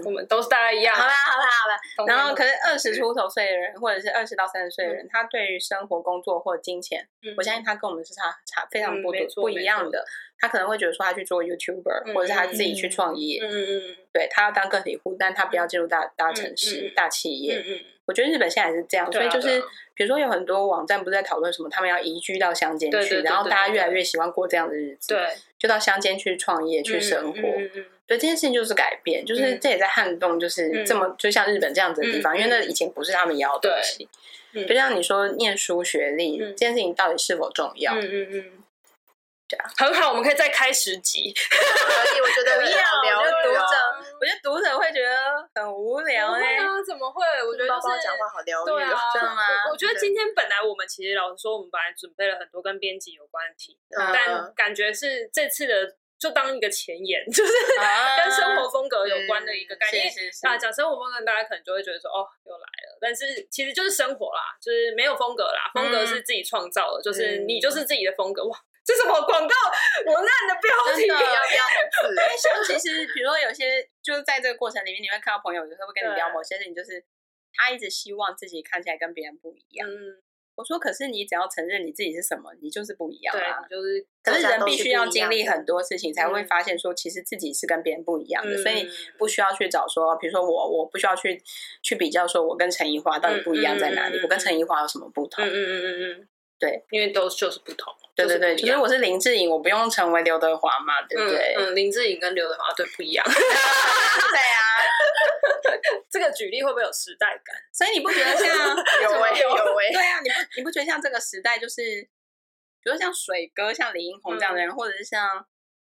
B: 我们都是大家一样
C: 好，啦好啦好啦。
B: 同年
C: 然后
B: 的
C: 可是二十出头岁的人，或者是二十到三十岁的人，他对于生活、工作或金钱，
B: 嗯
C: 我相信他跟我们是差差非常
B: 嗯
C: 不多
B: 没错
C: 不一样
B: 没
C: 的。他可能会觉得说他去做 YouTuber，
B: 嗯
C: 或者是他自己去
A: 嗯
C: 创业，
B: 嗯嗯嗯
C: 对他要当个体户，但他不要进入大大城
B: 嗯嗯
C: 市
B: 嗯、
C: 大企业。
B: 嗯嗯，
C: 我觉得日本现在也是这样，
B: 对
C: 所以
B: 啊
C: 就
B: 对
C: 是
B: 啊
C: 比如说有很多网站不是在讨论什么，他们要移居到乡间
B: 对对
C: 去，
B: 对
C: 然后
B: 对
C: 大家
B: 对
C: 越来
B: 对
C: 越喜欢过这样的日子，，
B: 对，啊
C: 就到乡间去创业去生活。
B: 嗯嗯
C: 对，这件事情就是改变，就是
B: 嗯
C: 这也在撼动，就是
B: 嗯
C: 这么、就像日本这样子的地
B: 嗯
C: 方，因为那以前不是他们要的东西。
B: 对嗯
C: 就像你说念书学历、
B: 嗯
C: 这件事情到底是否重要？
B: 嗯嗯嗯，
C: 家。
B: 很好，我们可以再开十集。
A: 所以我觉得
C: 不要
A: 聊
C: 我觉得
A: 聊
C: 读者，我觉得读者会觉得很无聊
B: 不
C: 哎、
B: 会啊，怎么会？我觉得
A: 包
B: 就
A: 包
B: 是
A: 讲话好疗
B: 对
A: 愈 <laughs> 哦，
B: 啊，
C: 真的吗
B: 我我觉得今天本来我们其实老实说，我们本来准备了很多跟编辑有关的题，
A: 嗯
B: 但感觉是这次的就当一个前言， <laughs> 就是
C: 啊
B: <laughs> 跟生活风格有关的一个
A: 嗯
B: 概念。
C: 是是是
B: 啊，讲生活风格，大家可能就会觉得说，哦，又来了。但是其实就是生活啦，就是没有风格啦，风格
C: 嗯
B: 是自己创造的，就是
C: 嗯
B: 你就是自己的风格。哇，这什么广告文案的标题啊
C: 真的
A: 不要 <laughs> 不要红字
C: 因为像其实，比如说有些就是在这个过程里面，你会看到朋友有时候会跟你聊
B: 对
C: 某些事情，就是他一直希望自己看起来跟别人不一样。
B: 嗯，
C: 我说，可是你只要承认你自己是什么，你就是不一样
B: 对，
C: 啊
B: 你。就是
C: 可是
A: 大家
C: 人
A: 都
C: 必
A: 是
C: 须
A: 不
C: 要
A: 一
C: 经
A: 样
C: 历
A: 的
C: 很多事情，才会
B: 嗯
C: 发现说，其实自己是跟别人不一样的。所以
B: 嗯
C: 不需要去找说，比如说我，我不需要去去比较说，我跟陈怡华到底不一样在哪
B: 嗯嗯
C: 里，
B: 嗯嗯
C: 我跟陈怡华有什么不同
B: 嗯？嗯嗯嗯嗯，
C: 对，
B: 因为都就是不同，
C: 对对对，
B: 就不
C: 就是是
B: 一样
C: 我是林志颖，我不用成为刘德华嘛，对不对？
B: 嗯嗯，林志颖跟刘德华对不一样， <laughs>
C: 对啊，
B: 这个举例会不会有时代感？
C: 所以你不觉得
B: <laughs>
C: 像
A: 有
B: 哎
A: 为欸有为，
C: <laughs> 对啊，你不你不觉得像这个时代，就是比如像水哥、像李英宏这样的人，或者是像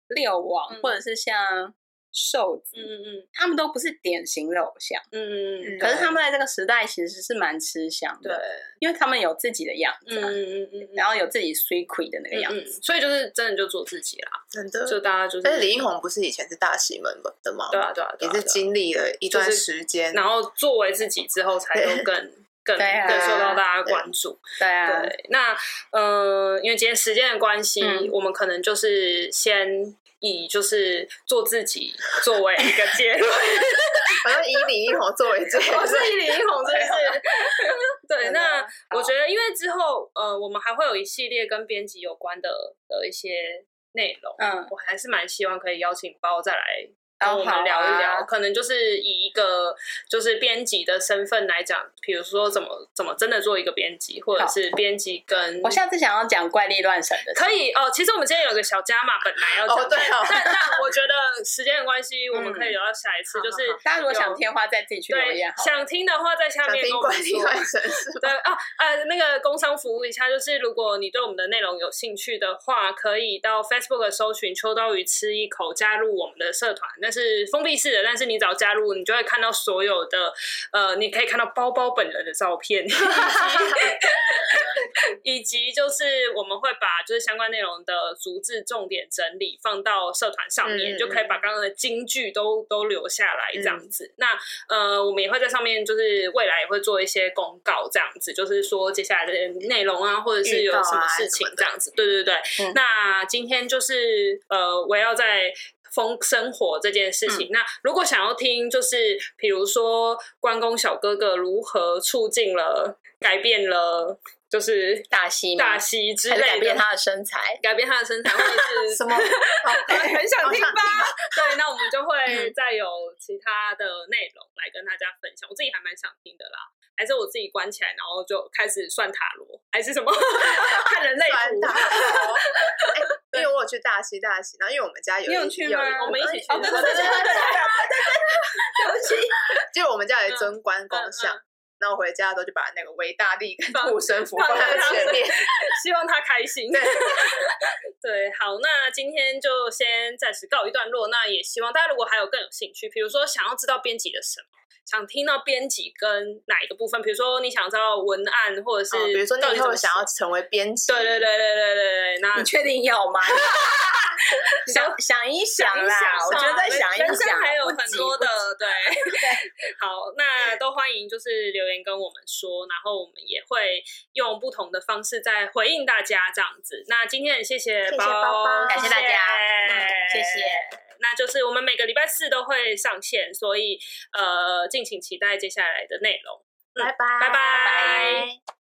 C: 六王，
B: 嗯
C: 或者是像瘦子，
B: 嗯嗯
C: 他们都不是典型的偶像，
B: 嗯嗯嗯，
C: 可是他们在这个时代其实是蛮吃
B: <laughs>
C: 香
B: 对，
C: 的，因为他们有自己的样子
B: 嗯
C: 啊、
B: 嗯嗯嗯，
C: 然后有自己 s e c r e 的那个样
B: 嗯
C: 子。
B: 嗯，所以就是真的就做自己啦，
A: 真的。
B: 就大家就是，
A: 但是李英宏不是以前是大西门的吗？
B: 对啊对啊，对
A: 也
B: 啊
A: 是，经历了一段
B: 就是
A: 时
B: 对
A: 间
B: 啊，然后作为自己之后，才又 <laughs> 更。更
C: 对啊
B: 更受到大家关注，
C: 对啊，
B: 对，那呃，因为今天时间的关系，
C: 嗯
B: 我们可能就是先以就是做自己作为一个结 <laughs> 论，
A: 好像以李英宏作为
B: <laughs>
A: 最
B: 我哦是以李英宏，真的是。 <laughs> 对，那
C: 好
B: 我觉得，因为之后呃，我们还会有一系列跟编辑有关的的一些内容，
C: 嗯，
B: 我还是蛮希望可以邀请包再来
C: 然
A: 哦
B: 跟
C: 后啊
B: 我们聊一聊，
A: 啊
B: 可能就是以一个就是编辑的身份来讲，比如说怎么怎么真的做一个编辑，或者是编辑跟
C: 我。下次想要讲怪力乱神的事，
B: 可以哦，其实我们今天有个小加码，本来要讲，
A: 哦对哦嗯
B: 但但但我觉得时间的关系，我们可以聊到下一次，
A: 好
B: 就是
A: 好
C: 大家如果想
B: 有
C: 听的话，再自己去留
B: 对
C: 言好了。
B: 想听的话，在下
A: 想
B: 面
A: 听
B: 跟我们
A: 管理
B: 说。
A: 外省是吗？
B: 对啊，呃，那个工商服务一下，就是如果你对我们的内容有兴趣的话，可以到 Facebook 搜寻“秋刀鱼吃一口”，加入我们的社团。那是封闭式的，但是你只要加入，你就会看到所有的，呃，你可以看到包包本人的照片，以 <laughs> 及以及就是我们会把就是相关内容的逐字重点整理放到社团上面，
A: 嗯嗯嗯
B: 就可以把刚刚的金句都都留下来这样子。那呃，我们也会在上面，就是未来也会做一些公告，这样子，就是说接下来的内容啊，或者是有
A: 预告啊
B: 什么事情
A: 什么的
B: 这样子。对对对。
C: 嗯
B: 那今天就是呃，围绕在风生活这件事
C: 嗯
B: 情。那如果想要听，就是比如说关公小哥哥如何促进了、改变了，就是
C: 大西吗
B: 大西 <laughs> 之
C: 还
B: 类
C: 是
B: 的，
C: 改变他的身材，
B: 改变他的身材，或者
C: <laughs>
B: 是
A: 什么？好
B: <laughs> 很想
A: 好
B: 听
A: 想
B: 吧？对，那我们就
C: 嗯
B: 会再有其他的内容来跟大家分享。我自己还蛮想听的啦，还是我自己关起来，然后就开始算塔罗，还是什么 <laughs> 看人类
A: 穿
B: 图
A: 搭？哦哎因为我有去大溪大溪，然后因为我们家有
C: 你有
A: 一
C: 去
A: 有
C: 吗
B: 我们一起去
C: 哦，对对对对对对对不起，
A: <laughs> 就我们家有一尊关公
B: 嗯
A: 像，然后我回家都就把那个维大利跟
B: 放
A: 护身符
B: 放
A: 放
B: 在
A: 在
B: 他
A: 前面。
B: 希望他开心。
A: 对
B: <laughs> 对，好，那今天就先暂时告一段落。那也希望大家如果还有更有兴趣，比如说想要知道编辑的什么。想听到编辑跟哪一个部分？比如说你想知道文案，或者是、
A: 哦比如说
B: 到底
A: 你以
B: 怎么
A: 后想
B: 写
A: 要成为编辑，
B: 对对对对对对对，那
C: 你确定
B: <laughs>
C: 要吗？想想一想
B: 一
C: 啦，我觉得
B: 人
C: 想一想，
B: 人生还有
C: 不
B: 很
C: 急
B: 多的
C: 不急
B: 对。
C: <laughs>
B: 好，那都欢迎就是留言跟我们说，然后我们也会用不同的方式再回应大家这样子。那今天很谢谢
A: 谢
B: 包，
A: 包包
C: 感谢大家嗯谢谢。
B: 那就是我们每个礼拜四都会上线，所以呃，敬请期待接下来的内容。
A: 拜拜
B: 拜拜
A: 拜拜。